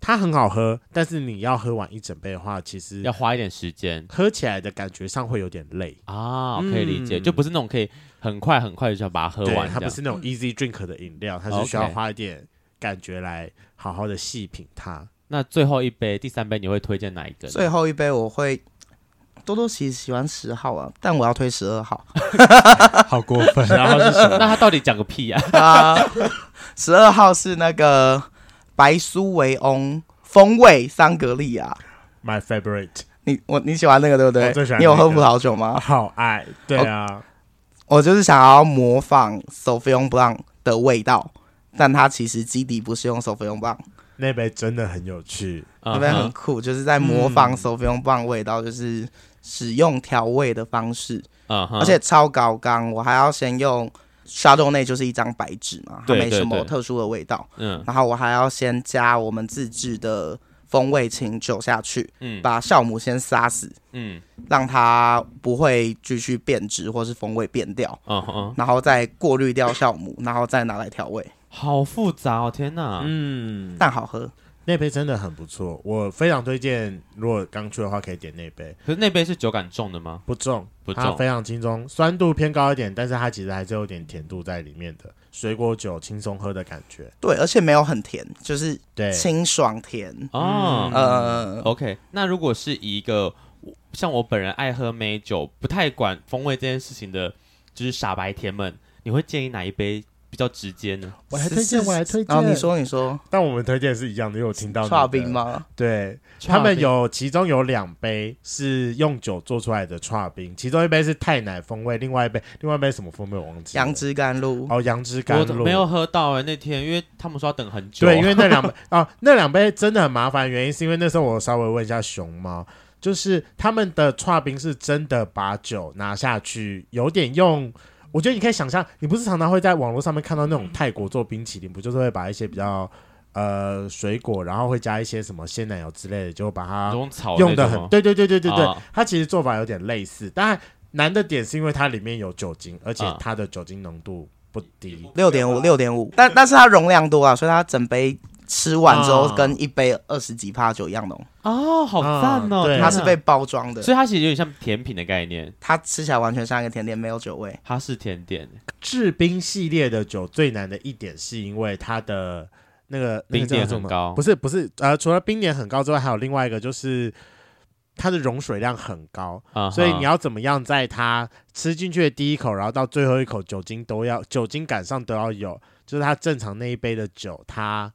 它很好喝，但是你要喝完一整杯的话，其实要花一点时间喝起来的感觉上会有点累。啊，我可以理解，嗯就不是那种可以很快很快就要把它喝对，完，它不是那种 easy drink 的饮料，它是需要 OK 花一点感觉来好好的细品它。。那最后一杯，第三杯你会推荐哪一个呢？最后一杯我会多多其实喜欢十号啊，但我要推十二号 好过分然后是什么？那他到底讲个屁啊？啊。十二号是那个白苏维翁风味桑格利亚， My favorite，你我你喜欢那个对不对？我最喜欢你有那喝个葡萄 酒吗？好爱，对啊，哦我就是想要模仿 Sauvignon Blanc 的味道，但它其实基底不是用 Sauvignon Blanc，那杯真的很有趣， 那边嗯很哼酷，就是在模仿嗯 Sauvignon Blanc 味道，就是使用调味的方式。嗯哼，而且超高刚，我还要先用 shadow 内就是一张白纸嘛，它对没对什么对特殊的味道，嗯然后我还要先加我们自制的风味清酒下去，嗯把酵母先杀死，嗯让它不会继续变质或是风味变掉，嗯哼，然后再过滤掉酵母，然后再拿来调味，好复杂哦，天哪！嗯，但好喝。那杯真的很不错，我非常推荐。如果刚去的话，可以点那杯，可是那杯是酒感重的吗？不重，不重它非常轻松，酸度偏高一点，但是它其实还是有点甜度在里面的，水果酒轻松喝的感觉。对，而且没有很甜，就是哎对，清爽甜。哦、呃， OK，那如果是以一个我像我本人爱喝美酒，不太管风味这件事情的，就是傻白甜们，你会建议哪一杯比较直接呢？我还推荐，是我还推荐。然哦后你，说你说但我们推荐是一样的，因为我听到你的刨冰？吗？对，他们有其中有两杯是用酒做出来的串冰，其中一杯是泰奶风味，另外一杯另外一杯什么风味我忘记了。杨枝甘露，哦，杨枝甘我露没有喝到哎、那天因为他们说要等很久，啊对，因为那两杯哦，那两杯真的很麻烦，原因是因为那时候我稍微问一下熊猫，就是他们的串冰是真的把酒拿下去，有点用。我觉得你可以想象，你不是常常会在网络上面看到那种泰国做冰淇淋，不就是会把一些比较呃水果，然后会加一些什么鲜奶油之类的，就把它用草用的的很，对对对对对对啊，它其实做法有点类似，但难的点是因为它里面有酒精，而且啊它的酒精浓度不低。六点五，六点五，啊但但是它容量多啊，所以它整杯吃完之后啊跟一杯二十几趴酒一样浓，哦，好赞哦、啊对天哪它是被，包装的，所以它其实有点像甜品的概念，它吃起来完全像一个甜点，没有酒味。它是甜点，制冰系列的酒最难的一点是因为它的那个那个冰叫点什很么？高，不是不是，呃，除了冰点很高之外，还有另外一个就是它的溶水量很高，啊哈所以你要怎么样在它吃进去的第一口，然后到最后一口酒精都要酒精感上都要有，就是它正常那一杯的酒，它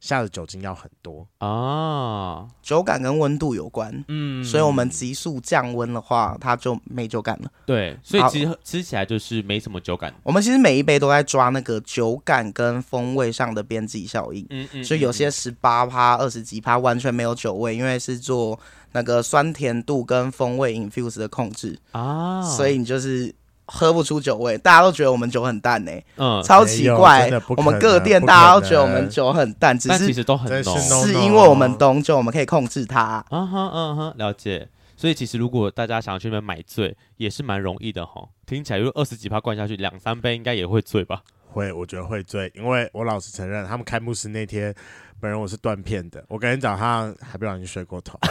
下的酒精要很多。啊，酒感跟温度有关，嗯所以我们急速降温的话，它就没酒感了。对，所以好其实吃起来就是没什么酒感，我们其实每一杯都在抓那个酒感跟风味上的边际效应，嗯嗯，所以有些十八趴、二十几趴完全没有酒味，因为是做那个酸甜度跟风味 infuse 的控制，啊，所以你就是。喝不出酒味，大家都觉得我们酒很淡呢、嗯，超奇没有怪真的不。可我能们各店不可能大家都觉得我们酒很淡，只但其是实都很真是浓， no 是因为我们懂酒，我们可以控制它。啊哈啊哈，了解。所以其实如果大家想要去那边买醉，也是蛮容易的哈。听起来如果二十几趴灌下去，两三杯应该也会醉吧？会，我觉得会醉，因为我老实承认，他们开幕式那天，本人我是断片的，我感觉早上还不小心睡过头。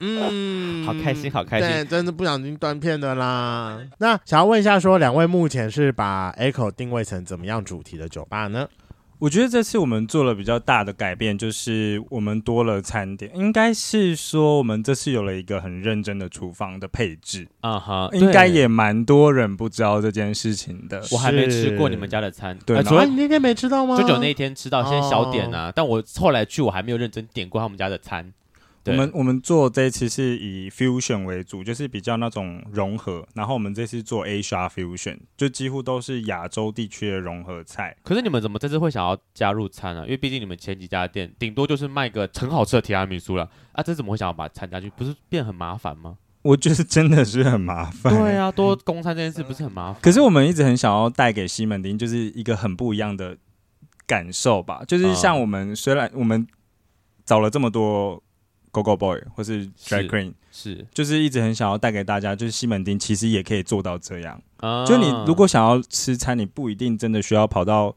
嗯好开心好开心对，真的不小心断片的啦。那想要问一下说两位目前是把 Echo 定位成怎么样主题的酒吧呢？我觉得这次我们做了比较大的改变，就是我们多了餐点，应该是说我们这次有了一个很认真的厨房的配置，啊哈，应该对也蛮多人不知道这件事情的。我还没吃过是你们家的餐，对呃然后昨啊，天你那天没吃到吗？九九那一天吃到先小点啊，但我后来去我还没有认真点过他们家的餐。我对，们我们做这一期是以 fusion 为主，就是比较那种融合。然后我们这次做 Asia fusion，就几乎都是亚洲地区的融合菜。可是你们怎么这次会想要加入餐啊？因为毕竟你们前几家店顶多就是卖个很好吃的提拉米苏了啊，这怎么会想要把餐加去？不是变很麻烦吗？我觉得真的是很麻烦。对啊，多供餐这件事不是很麻烦？可是我们一直很想要带给西门町，就是一个很不一样的感受吧。就是像我们、虽然我们找了这么多 Go Go Boy 或是 Drag 是 Queen，是就是一直很想要带给大家，就是西门町其实也可以做到这样。啊，就你如果想要吃餐，你不一定真的需要跑到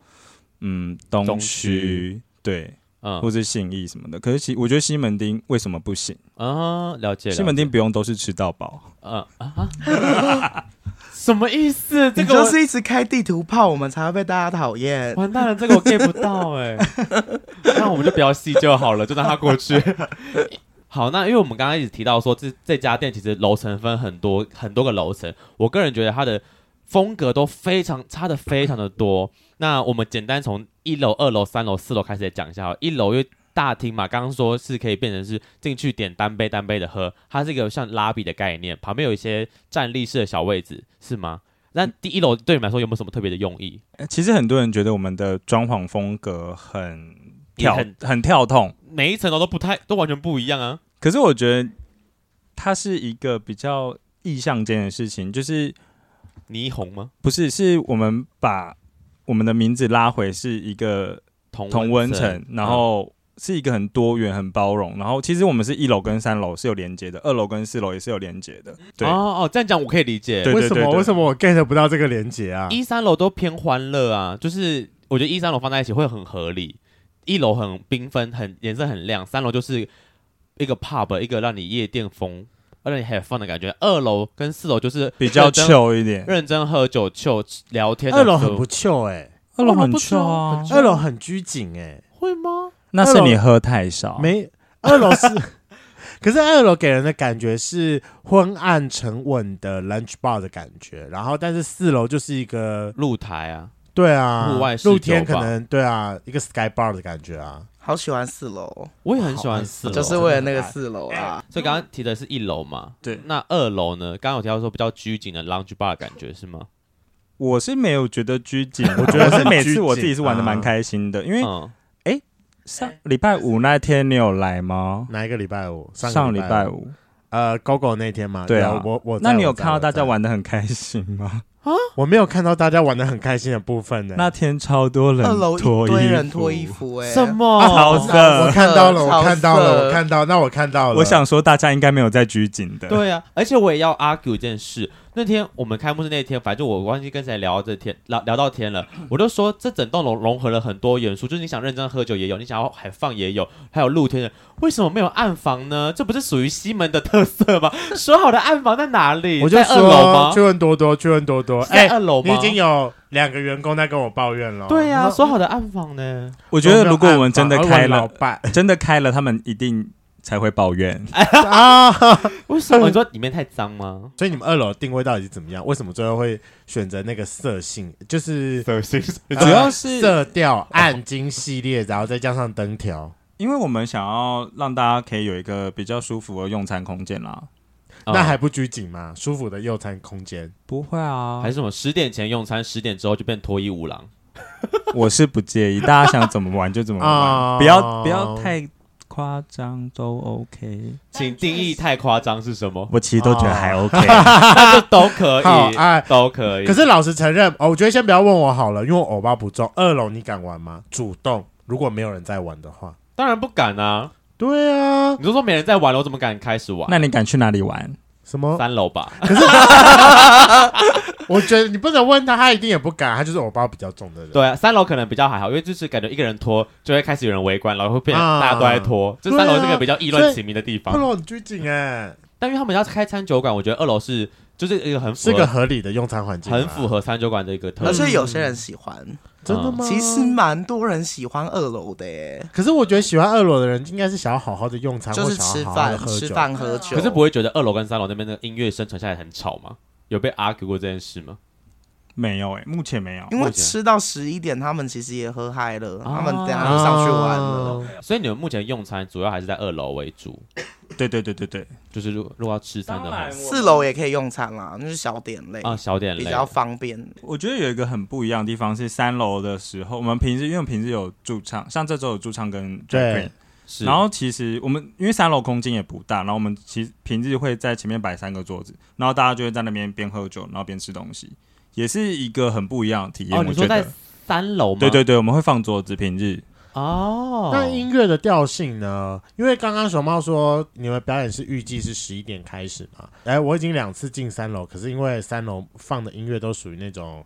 嗯东东区区啊对，嗯或是信义什么的。可是其我觉得西门町为什么不行？啊，了解了西解门町不用都是吃到饱，呃啊， 什么意思？这你个就我是一直开地图炮，我们才会被大家讨厌。完蛋了，这个我 get 不到哎、那我们就不要细就好了，就让它过去。 好，那因为我们刚刚一直提到说，这这家店其实楼层分很多很多个楼层，我个人觉得它的风格都非常差的非常的多。那我们简单从一楼、二楼、三楼、四楼开始讲一下好了。一楼因为大厅嘛，刚刚说是可以变成是进去点单杯单杯的喝，它是一个像拉比的概念，旁边有一些站立式的小位置，是吗？那第一楼对你们来说有没有什么特别的用意？呃其实很多人觉得我们的装潢风格很也跳很很跳痛，每一层楼都不太都完全不一样啊。可是我觉得它是一个比较意象间的事情，就是霓虹吗？不是是我们把我们的名字拉回是一个同嗯同温层，然后是一个很多元、很包容。然后其实我们是一楼跟三楼是有连接的，二楼跟四楼也是有连接的。对，哦哦，这样讲我可以理解。对为什对么对为什么我 get 不到这个连接啊？一三楼都偏欢乐啊，就是我觉得一三楼放在一起会很合理，一楼很缤纷，很颜色很亮，三楼就是一个 pub，一个让你夜店风，让你 have fun 的感觉。二楼跟四楼就是比较认真 chill 一点。认真喝酒、就聊天的嗯 feel。二楼很不臭哎、二楼楼很很 chill chill 啊啊，二楼很拘谨哎、会吗？那二是楼你喝太少。没，二楼是，可是二楼给人的感觉是昏暗沉稳的 lunch bar 的感觉，然后但是四楼就是一个露台啊，对啊，户外式露天酒吧可能对啊，一个 sky bar 的感觉啊。好喜欢四楼，哦我也很喜欢四楼。啊就是为了那个四楼啊啦。所以刚刚提的是一楼嘛，对那二楼呢？刚刚有提到说比较拘谨的 lounge bar 的感觉是吗？我是没有觉得拘 谨，我觉得很是每拘次我谨自己是玩的蛮啊开心的，因为嗯，上礼拜五那天你有来吗？哪一个礼拜五？上礼礼拜，五，呃，GoGo 那天嘛。对啊有我我在那你有我在看到大家？我在玩的很开心吗？我没有看到大家玩的很开心的部分呢。那天超多人二楼哎脱一堆人脱衣衣服。服，哎，什么？啊好超色我看到了，呃超我看到色了，我看到，那我看到了。我想说，大家应该没有在拘谨的。，对啊，而且我也要 argue 一件事。那天我们开幕式那天，反正我忘记跟谁聊这天聊聊到天了，我就说这整栋楼融合了很多元素，就是你想认真喝酒也有，你想要海放也有，还有露天的。为什么没有暗房呢？这不是属于西门的特 色吗？说好的暗房在哪里？我就在二楼说吗去？问多多，去问多多。是在哎，二楼吗？你已经有两个员工在跟我抱怨了。对啊呀、我说好的暗房呢？我觉得如果我们真的开老了，板 真的开了，他们一定才会抱怨。啊，为什 么？你说里面太脏吗？所以你们二楼定位到底是怎么样？为什么最后会选择那个色性？就是色性呃主要是色调暗金系列，然后再加上灯条。因为我们想要让大家可以有一个比较舒服的用餐空间啦。哦那还不拘谨吗？舒服的用餐空间，不会啊还是什么？十点前用餐，十点之后就变脱衣舞郎。我是不介意，大家想怎么玩就怎么哦玩，不要不要太夸张都 OK。哦请定义太夸张是什么？ 我其实都觉得还 OK，那就都可好以，爱。都可以。可是老实承认，哦，我觉得先不要问我好了，因为我偶包不重。二楼你敢玩吗？主动，如果没有人在玩的话，当然不敢啊！对啊，你就说没人在玩了，我怎么敢开始玩？ 那你敢去哪里玩？什么？三楼吧，我觉得你不能问他，他一定也不敢，他就是偶包比较重的人。对啊，三楼可能比较还好，因为就是感觉一个人拖就会开始有人围观，然后会变成啊大家都在拖。这三楼是个比较意对乱啊情迷的地二方，楼很拘谨哎，但因为他们要开餐酒馆，我觉得二楼是就是一个很符是个合合理的用餐环境啊，很符合餐酒馆的一个特而色。且有些人喜欢，真的吗？其实蛮多人喜欢二楼的耶，可是我觉得喜欢二楼的人，应该是想要好好的用餐，就是或想吃要好好地饭、喝吃酒。饭喝酒。可是不会觉得二楼跟三楼那边的音乐生存下来很吵吗？有被 argue 过这件事吗？没有哎、目前没有。因我为觉得吃到十一点，他们其实也喝嗨了，啊他们等下就上去玩哦了。所以你们目前用餐主要还是在二楼为主，对对对对对，就是如如果要吃餐的话四楼也可以用餐啦，那是小点类，啊，小点哎比类较方便。我觉得有一个很不一样的地方是三楼的时候，我们平时因为我们平时有驻唱，像这周有驻唱跟对 drag queen，是然后其实我们因为三楼空间也不大，然后我们其实平日会在前面摆三个桌子，然后大家就会在那边边喝酒，然后边吃东西，也是一个很不一样的体验。哦，我你觉说在得，三楼吗？对对对，我们会放桌子，平日哦，那音乐的调性呢？因为刚刚熊猫说你们表演是预计是十一点开始嘛？哎，我已经两次进三楼，可是因为三楼放的音乐都属于那种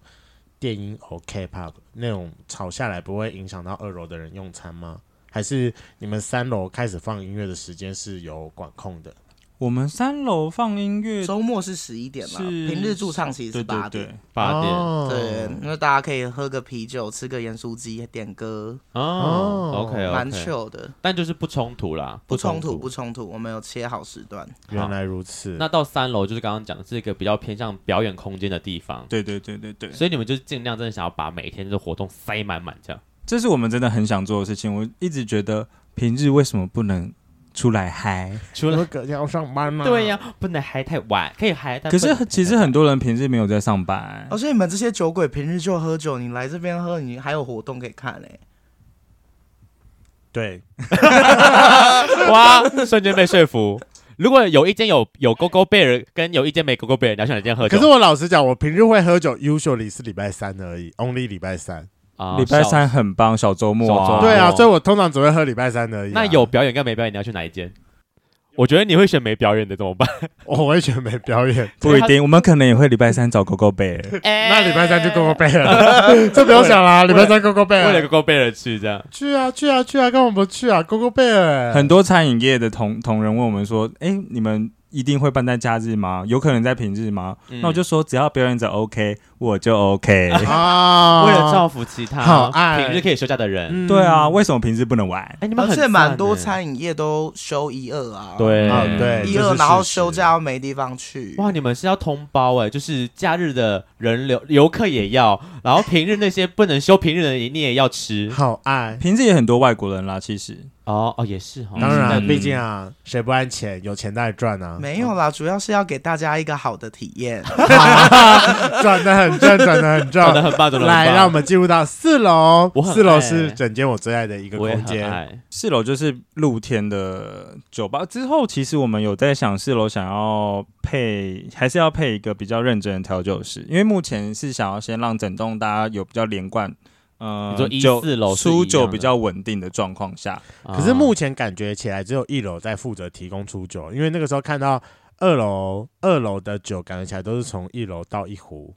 电音 OK pop 那种吵下来不会影响到二楼的人用餐吗？还是你们三楼开始放音乐的时间是有管控的？我们三楼放音乐周末是十一点啦，是平日驻唱其实对是八对点。对，八点哦对，那大家可以喝个啤酒，吃个盐酥鸡，点歌，哦，OK 蛮 OK， chill 的，但就是不冲突啦，哎不冲冲突，不冲突。我们有切好时段，原来如此。那到三楼就是刚刚讲的是一个比较偏向表演空间的地方，对对对对对，所以你们就是尽量真的想要把每天的活动塞满满这样。这是我们真的很想做的事情。我一直觉得平日为什么不能出来嗨？除我了隔天要上班啊吗？ 对呀，不能嗨太晚，可以嗨，但可不是能其实很多人平日没有在上班哦而，且你们这些酒鬼平日就喝酒，你来这边喝，你还有活动可以看欸嘞、对，哇，瞬间被说服。如果有一间有有勾勾贝尔，跟有一间没勾勾贝尔，你要选哪间喝酒？可是我老实讲，我平日会喝酒，usually 是礼拜三而已，only 礼拜三。啊，礼拜小三很棒，小周末小周末啊，对啊，哦所以我通常只会喝礼拜三而已啊、那有表演跟没表演，你要去哪一间？我觉得你会选没表演的，怎么办？哦我会选没表 演，不一定，我们可能也会礼拜三找狗狗贝尔。那礼拜三就 Go Go 贝尔， 这不用想啦，礼拜三 Go Go 贝哎 为了尔，够贝尔去这样。去啊去啊去啊，干嘛不去啊？Go Go 贝尔，很多餐饮业的同同仁问我们说：“哎、你们一定会办在假日吗？有可能在平日吗？”嗯那我就说，只要表演者 OK，我 就 OK。啊，为了造福其他好爱平日可以休假的人。嗯对啊，，为什么平日不能玩？哎，你们而很且赞哦蛮多欸餐饮业都休一二啊，，对啊对一这是二事然后实休假又没地方去，哇，你们是要通包哎，就是假日的人流游客也要，然后平日那些不能休平日的人你也要吃。好爱。平日也很多外国人啦，其实哦哦，也是哈。当然，嗯毕竟啊，谁不爱钱？有钱再赚啊， 没有啦，主要是要给大家一个好的体 验。赚的很赚，赚的很转的赚。哦很棒，转的很棒。来，让我们进入到四楼我很，爱四楼是整间我最爱的一个我也空很间。爱。四楼就是露天的酒吧。之后其实我们有在想，四楼想要配，还是要配一个比较认真的调酒师，因为目前是想要先让整栋大家有比较连贯。呃你说，一酒四楼是一样出的酒比较稳定的状况下，啊可是哦目前感觉起来，只有一楼在负责提供出酒，因为那个时候看到二楼，二楼的酒感觉起来都是从一楼倒一壶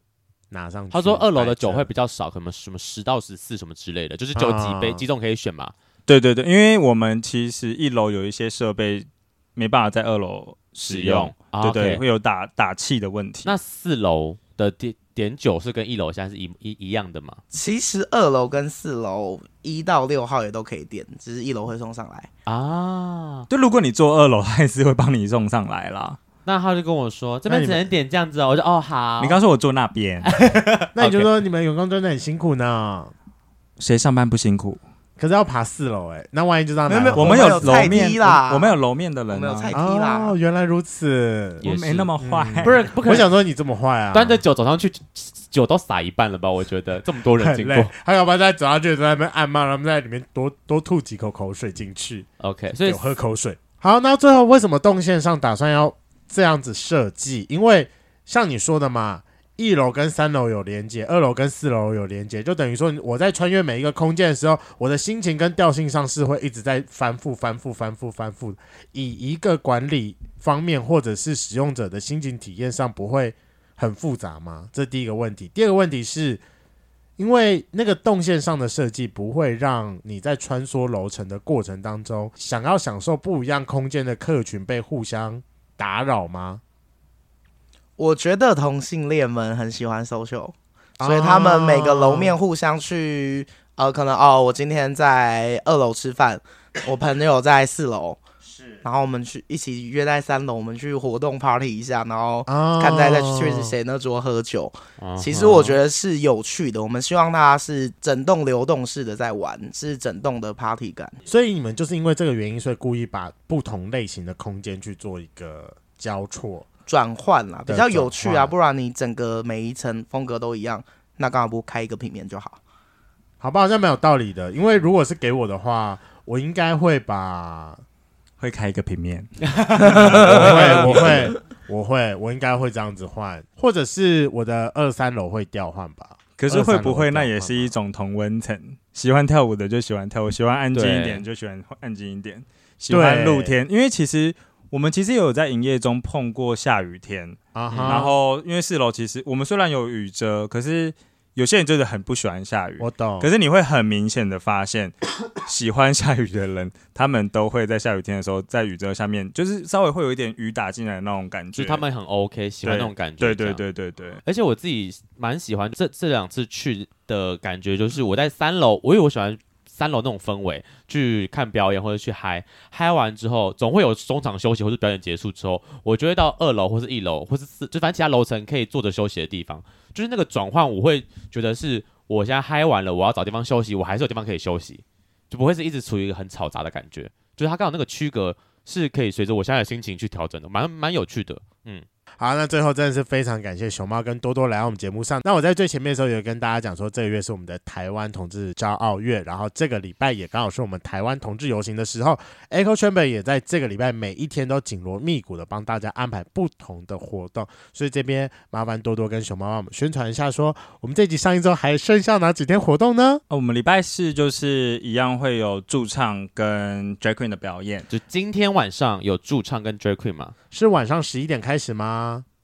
拿上去。他说二楼的酒会摆着比较少，可能什么十到十四什么之类的，就是酒几啊杯几种可以选嘛。对对对，因为我们其实一楼有一些设备没办法在二楼使用，，啊对对， OK 会有打打气的问题。那四楼的点点酒是跟一楼现在是一一一样的嘛？其实二楼跟四楼一到六号也都可以点，只是一楼会送上来。啊，就如果你坐二楼，他也是会帮你送上来啦。那他就跟我说这那边你只们能点这样子哦，我就哦好。你刚说我坐那边， 那你就说你们员工真的很辛苦呢，谁上班不辛苦？可是要爬四楼哎，那万一就让没有没有我们们有楼菜面梯啦我我们有楼面的我人们有菜啊，梯啦哦，原来如此，也我是没那么嗯坏。不是不可我能想说你这么坏啊，端着酒走上去，酒都洒一半了吧？我觉得这么多人很经累过。，还有把在走上去的时候在那边暗骂，他们在里面多多吐几口口水进去， OK，所以有喝口水。好，那最后为什么动线上打算要这样子设计？因为像你说的嘛，一楼跟三楼有连接，二楼跟四楼有连接，就等于说我在穿越每一个空间的时候，我的心情跟调性上是会一直在反复、反复、反复、反复，以一个管理方面或者是使用者的心情体验上不会很复杂吗？这第一个问题。第二个问题是。因为那个动线上的设计不会让你在穿梭楼层的过程当中，想要享受不一样空间的客群被互相打扰吗？我觉得同性恋们很喜欢 social，所啊以他们每个楼面互相去，呃，可能哦，我今天在二楼吃 饭，我朋友在四楼，是，然后我们去一起约在三楼，我们去活动 party 一下，然后啊看在再去谁那桌喝酒。嗯其实我觉得是有趣的，我们希望它是整栋流动式的在玩，是整栋的 party 感。所以你们就是因为这个原因，所以故意把不同类型的空间去做一个交错。转换啦，比对较有趣转啊，换不然你整个每一层风格都一样，那干嘛不开一个平面就好？好吧，好像蛮有道理的。因为如果是给我的话，我应该会把，嗯会开一个平面，我会，我会，我会，我应该会这样子换，或者是我的二三楼会调换吧。可是会不会那也二三是楼一种同温层？喜欢跳舞的就喜欢跳舞，喜欢安静一点对就喜欢安静一点，喜欢露天。因为其实我们其实也有在营业中碰过下雨天，啊哈，嗯然后因为四楼其实我们虽然有雨遮，可是有些人就是很不喜欢下雨。我懂，哦可是你会很明显的发现，喜欢下雨的人，他们都会在下雨天的时候，在雨遮下面，就是稍微会有一点雨打进来的那种感就觉。是他们很 OK，喜欢对那种感觉。对对。对对对，而且我自己蛮喜欢这这两次去的感觉，就是我在三楼，我因为我喜欢三楼那种氛围，去看表演或者去嗨，嗨完之后总会有中场休息或者表演结束之后，我就会到二楼或是一楼或是四，就反正其他楼层可以坐着休息的地方，就是那个转换，我会觉得是我现在嗨完了，我要找地方休息，我还是有地方可以休息，就不会是一直处于一个很嘈杂的感觉，就是它刚好那个区隔是可以随着我现在的心情去调整的，蛮蛮有趣的，嗯，好，那最后真的是非常感谢熊猫跟多多来到我们节目上。那我在最前面的时候有跟大家讲说，这个月是我们的台湾同志骄傲月，然后这个礼拜也刚好是我们台湾同志游行的时候，Echo Chamber 也在这个礼拜每一天都紧锣密鼓的帮大家安排不同的活动，所以这边麻烦多多跟熊猫帮我们宣传一下说，我们这集上一周还剩下哪几天活动呢？哦，我们礼拜四就是一样会有驻唱跟 drag queen 的表演。就今天晚上有驻唱跟 drag queen 嘛，是晚上十一点开始吗？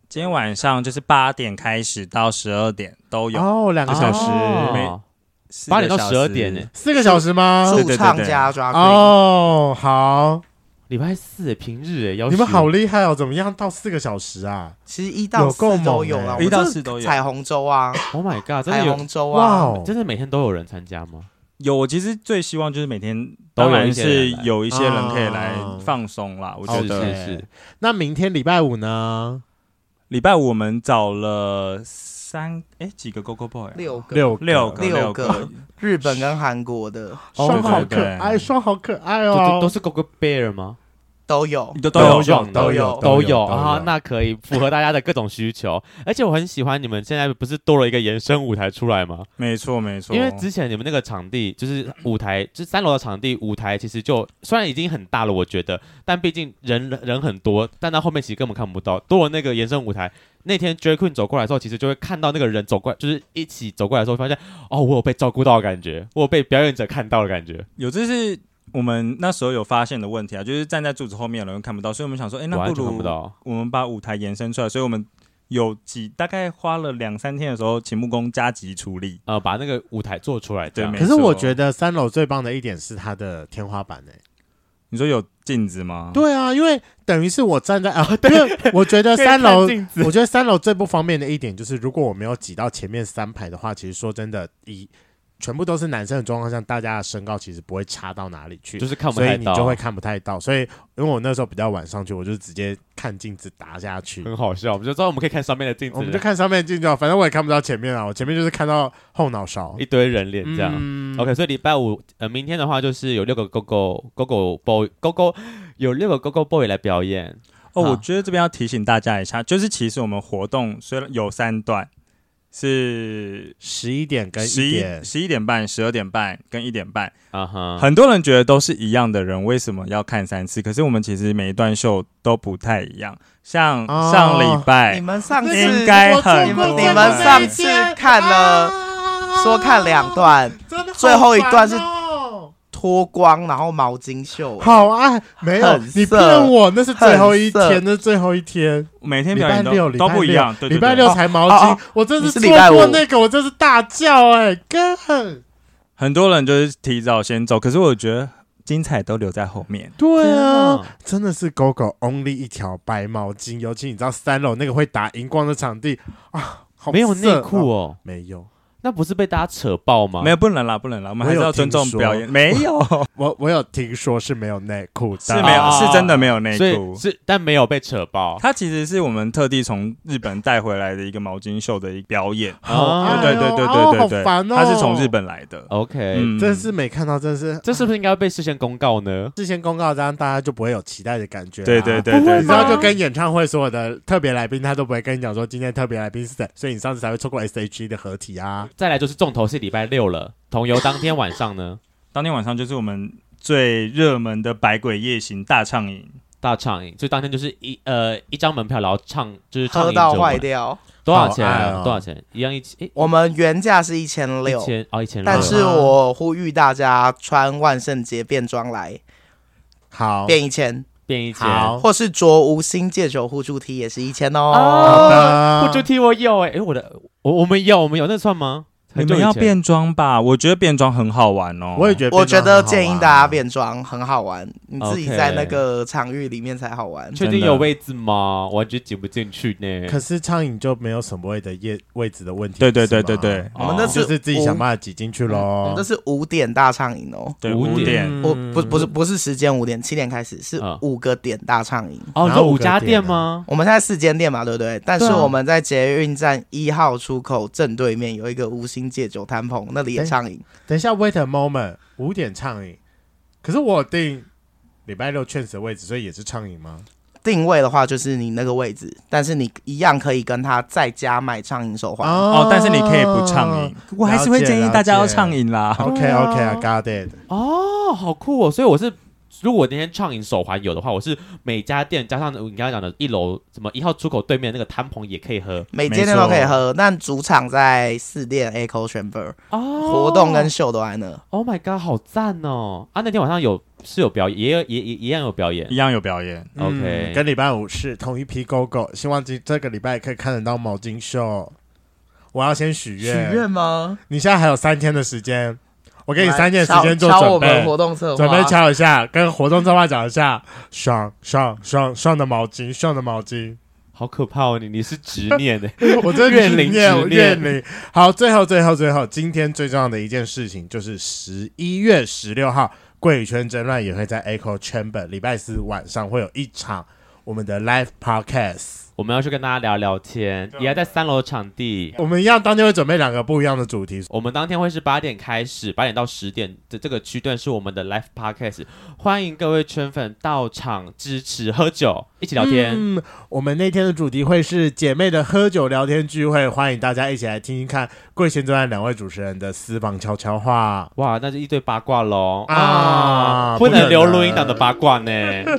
今天晚上就是八点开始到十二点都有，哦，两个小时，哦四啊个八点到小十时二点呢、四个小时吗？对驻对唱对加抓 queen，哦，好，礼拜四耶平日哎，要你们死好厉害哦！怎么样到四个小时啊？其实一到四都有啦，有够猛我欸们一到这四都有。彩虹周啊， ，Oh my god，真彩的虹有周哇啊，哦，真的每天都有人参加吗？有，我其实最希望就是每天，都有当然一些人是来有一些人可以来啊放松啦。我觉是得对是是，那明天礼拜五呢？礼拜五我们找了三哎几个 Go Go Boy，啊六个六六个六个个，日本跟韩国的双好可对对爱，对双好可爱都哦都，是 Gogo Bear 吗？都有，都都有有用都有都有有啊，都那可以符合大家的各种需求。而且我很喜欢你们现在不是多了一个延伸舞台出来吗？没错没错，因为之前你们那个场地就是舞台，就是三楼的场地，舞台其实就虽然已经很大了，我觉得，但毕竟人人很多，但到后面其实根本看不到。多了那个延伸舞台，那天 j a Queen 走过来的时候，其实就会看到那个人走过来，就是一起走过来的时候，发现哦，我有被照顾到的感觉，我有被表演者看到的感觉。有这是我们那时候有发现的问题啊，就是站在柱子后面有人看不到，所以我们想说，哎、那完不全看如不到我们把舞台延伸出来，所以我们有几大概花了两三天的时候，请木工加急处理。呃，把那个舞台做出来，这样对可没是我错觉得三楼最棒的一点是它的天花板诶、欸你说有镜子吗？对啊，因为等于是我站 在啊，因为我觉得三楼 可以看镜，子我觉得三楼最不方便的一点就是，如果我没有挤到前面三排的话，其实说真的，以全部都是男生的状况下，大家的身高其实不会差到哪里去就。是看不所太以你到，就会看不太到，所以因为我那时候比较晚上去，我就直接看镜子打下去，很好笑。我们就知道我们可以看上面的镜子，我们就看上面的镜子，啊反正我也看不到前面啊，我前面就是看到后脑勺一堆人脸这样。嗯 OK，所以礼拜五呃，明天的话就是有六个 Go Go Go Go Boy Go Go 有六个 Go Go Boy 来表演，哦，好我觉得这边要提醒大家一下，就是其实我们活动虽然有三段，是十一点跟十一一点，十一点半、十二点半跟一点半。啊哈，很多人觉得都是一样的人，为什么要看三次？可是我们其实每一段秀都不太一样。像哦上礼拜，你们上次应该很你们多你们上次看了，说看两段真的好烦哦啊哦最后一段是脱光，然后毛巾秀，好爱，没有很色你骗我，那是最后一很色天，那是最后一天，每天礼表拜演六都礼都拜不一六样，对对礼拜对六才毛哦巾哦，我真你是错礼拜过五那个，我真是大叫哎，干，很多人就是提早先走，可是我觉得精彩都留在后面。对天啊啊，真的是狗狗 only 一条白毛巾，尤其你知道三楼那个会打荧光的场地啊，好没有色内哦裤，哦，没有，那不是被大家扯爆吗？没有，不能啦，不能啦，我们还是我有要尊重听说表演。没有，我我有听说是没有内裤的，是没有，啊是真的没有内所裤以。是但没有被扯爆，它其实是我们特地从日本带回来的一个毛巾秀的一个表演。好啊爱哦对对对哦对对对，好烦哦，它是从日本来的。 OK，、嗯真是没看到，真是这是不是应该被事先公告呢？事先公告，这样大家就不会有期待的感觉、对对。对你对知道，对，就跟演唱会所有的特别来宾，他都不会跟你讲说今天特别来宾是谁，所以你上次才会错过 S.H.E 的合体啊。再来就是重头戏礼拜六了，同游当天晚上呢 当天晚上就是我们最热门的百鬼夜行大畅饮。大畅饮，所以当天就是一呃一张门票，然后唱就是畅喝饮到者坏玩掉。多少钱、好爱啊哦多少钱？一样一千诶我们原价是一千一六，千哦一千六，但是我呼吁大家穿万圣节变装来哦好，变一千，变一千。啊好或是着无心戒酒互助 T 也是一千哦。好啊，的护就踢我有哎、哎我的我我们有我们有那算吗？你很久以们要前变装吧？我觉得变装很好玩哦。我也觉得，我觉得建议大家，变装很好玩，你自己啊 OK 在那个场域里面才好玩。确定真的有位置吗？完全挤不进去可呢。是苍蝇就没有什么位的夜位置的问题。对对对是吗对对，我啊们这次就是自己五想办法挤进去我哦喽哦嗯们。这是五点大畅饮哦，对五五点点。我不不是不是时间五点，七点开始是嗯五个点大畅饮。哦，你哪说五五个家点店啊吗？我们现在四间店嘛，对不对？但是对啊我们在捷运站一号出口正对面有一个无心戒酒摊棚，那里也畅饮。等一下，wait a moment，五点畅饮。可是我定礼拜六确实的位置，所以也是畅饮吗？定位的话，就是你那个位置，但是你一样可以跟他在家卖畅饮手环。哦，但是你可以不畅饮。，我还是会建议大家要畅饮啦。 OK OK，I got it。哦，好酷哦！所以我是，如果我今天畅饮手环有的话，我是每家店加上你刚刚讲的一楼什么一号出口对面那个摊棚也可以喝每间店都可以喝，但主场在四店 Echo Chamber，、哦。活动啊跟秀都在那。 Oh my god，好赞哦！啊，那天晚上有是有表演，也有也也一样有表演一。样有表演， OK 嗯跟礼拜五是同一批狗狗，希望今这个礼拜可以看得到毛巾秀。我要先许许愿，愿吗？你现在还有三天的时间，我我给你三天的时间做我准们备，活动策划，准备敲一下，跟活动策划讲一下，爽爽爽爽的毛巾，爽的毛巾，好可怕哦！你你是执念的我真的怨灵执念，执我念怨灵。好，最后最后最后，今天最重要的一件事情就是十一月十六号，贵羽圈争乱也会在 Echo Chamber 礼拜四晚上会有一场我们的 Live Podcast。我们要去跟大家聊聊天，也要在三楼的场地。我们一样，当天会准备两个不一样的主题。我们当天会是八点开始，八点到十点的这个区段是我们的 live podcast，欢迎各位圈粉到场支持，喝酒，一起聊天。嗯，我们那天的主题会是姐妹的喝酒聊天聚会，欢迎大家一起来听听看贵贤专案两位主持人的私房悄悄话。哇，那就一堆八卦喽啊不不能能留录音档的八卦呢。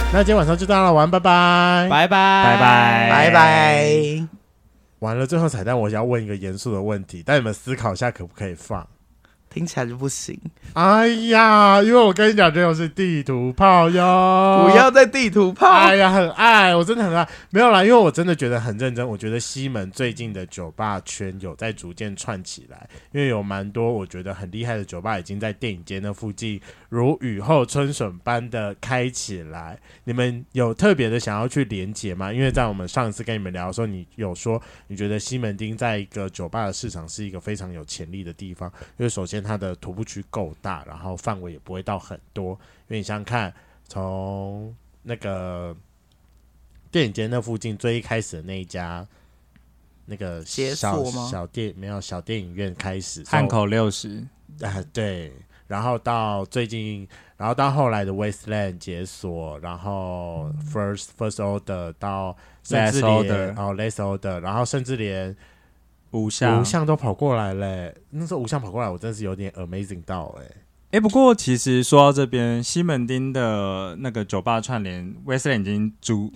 那今天晚上就到了，玩，拜拜。拜拜，拜拜拜拜拜。哎完了，最后彩蛋，我想要问一个严肃的问题，但你们思考一下可不可以放？听起来就不行，哎呀，因为我跟你讲，这又是地图炮哟，不要再地图炮。哎呀，很爱，我真的很爱。没有啦，因为我真的觉得很认真。我觉得西门最近的酒吧圈有在逐渐串起来，因为有蛮多我觉得很厉害的酒吧已经在电影街那附近如雨后春笋般的开起来。你们有特别的想要去连接吗？因为在我们上一次跟你们聊的时候，你有说你觉得西门町在一个酒吧的市场是一个非常有潜力的地方，因为首先它的徒步区够大，然后范围也不会到很多。因为你想想看，从那个电影街那附近最一开始的那一家，那个解小锁吗小电没有小电影院开始，汉口六十，啊、对，然后到最近，然后到后来的 Wasteland 解锁，然后 First First Order 到甚嗯 Last 至连 Order 哦 Last Order，然后甚至连无下吴相都跑过来嘞。那时候吴相跑过来，我真的是有点 amazing 到哎、哎、不过其实说到这边，西门町的那个酒吧串联，Westland 已经租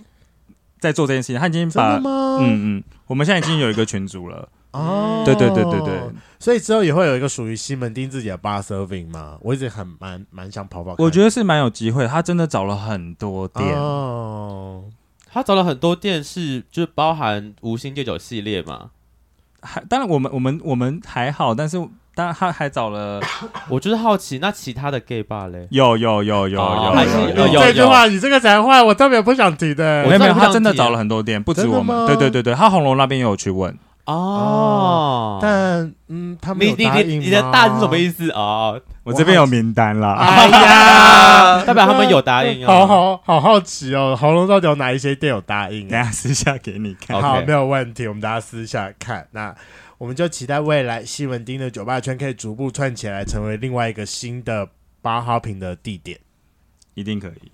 在做这件事情，他已经真把的吗？嗯嗯，我们现在已经有一个群组了。哦，对对对对对，，所以之后也会有一个属于西门町自己的 bar serving 吗？我一直很蛮蛮想跑跑看的，我觉得是蛮有机会。他真的找了很多店，哦，他找了很多店是，就是包含无心戒酒系列嘛。还当然我们我们我们还好，但是当然他还 找了 我就是好奇，那其他的 gay bar 嘞？有有有有有哦还有有有有，这句话，你这个才坏，我特别不想提的。我没有没有，我真的不他真的想提耶找了很多店，不止真的我们。吗对对对对，他红楼那边也有去问，哦哦，但嗯，他们你有你答应你你的吗大是什么意思哦？我这边有名单啦。哎呀， 代表他们有答应好哦。好好好奇哦，喉咙到底有哪一些店有答应 等一啊？下私下给你看。 OK 好，没有问题，我们大家私下看。那我们就期待未来西门町的酒吧圈可以逐步串起来，成为另外一个新的八好品的地点。一定可以。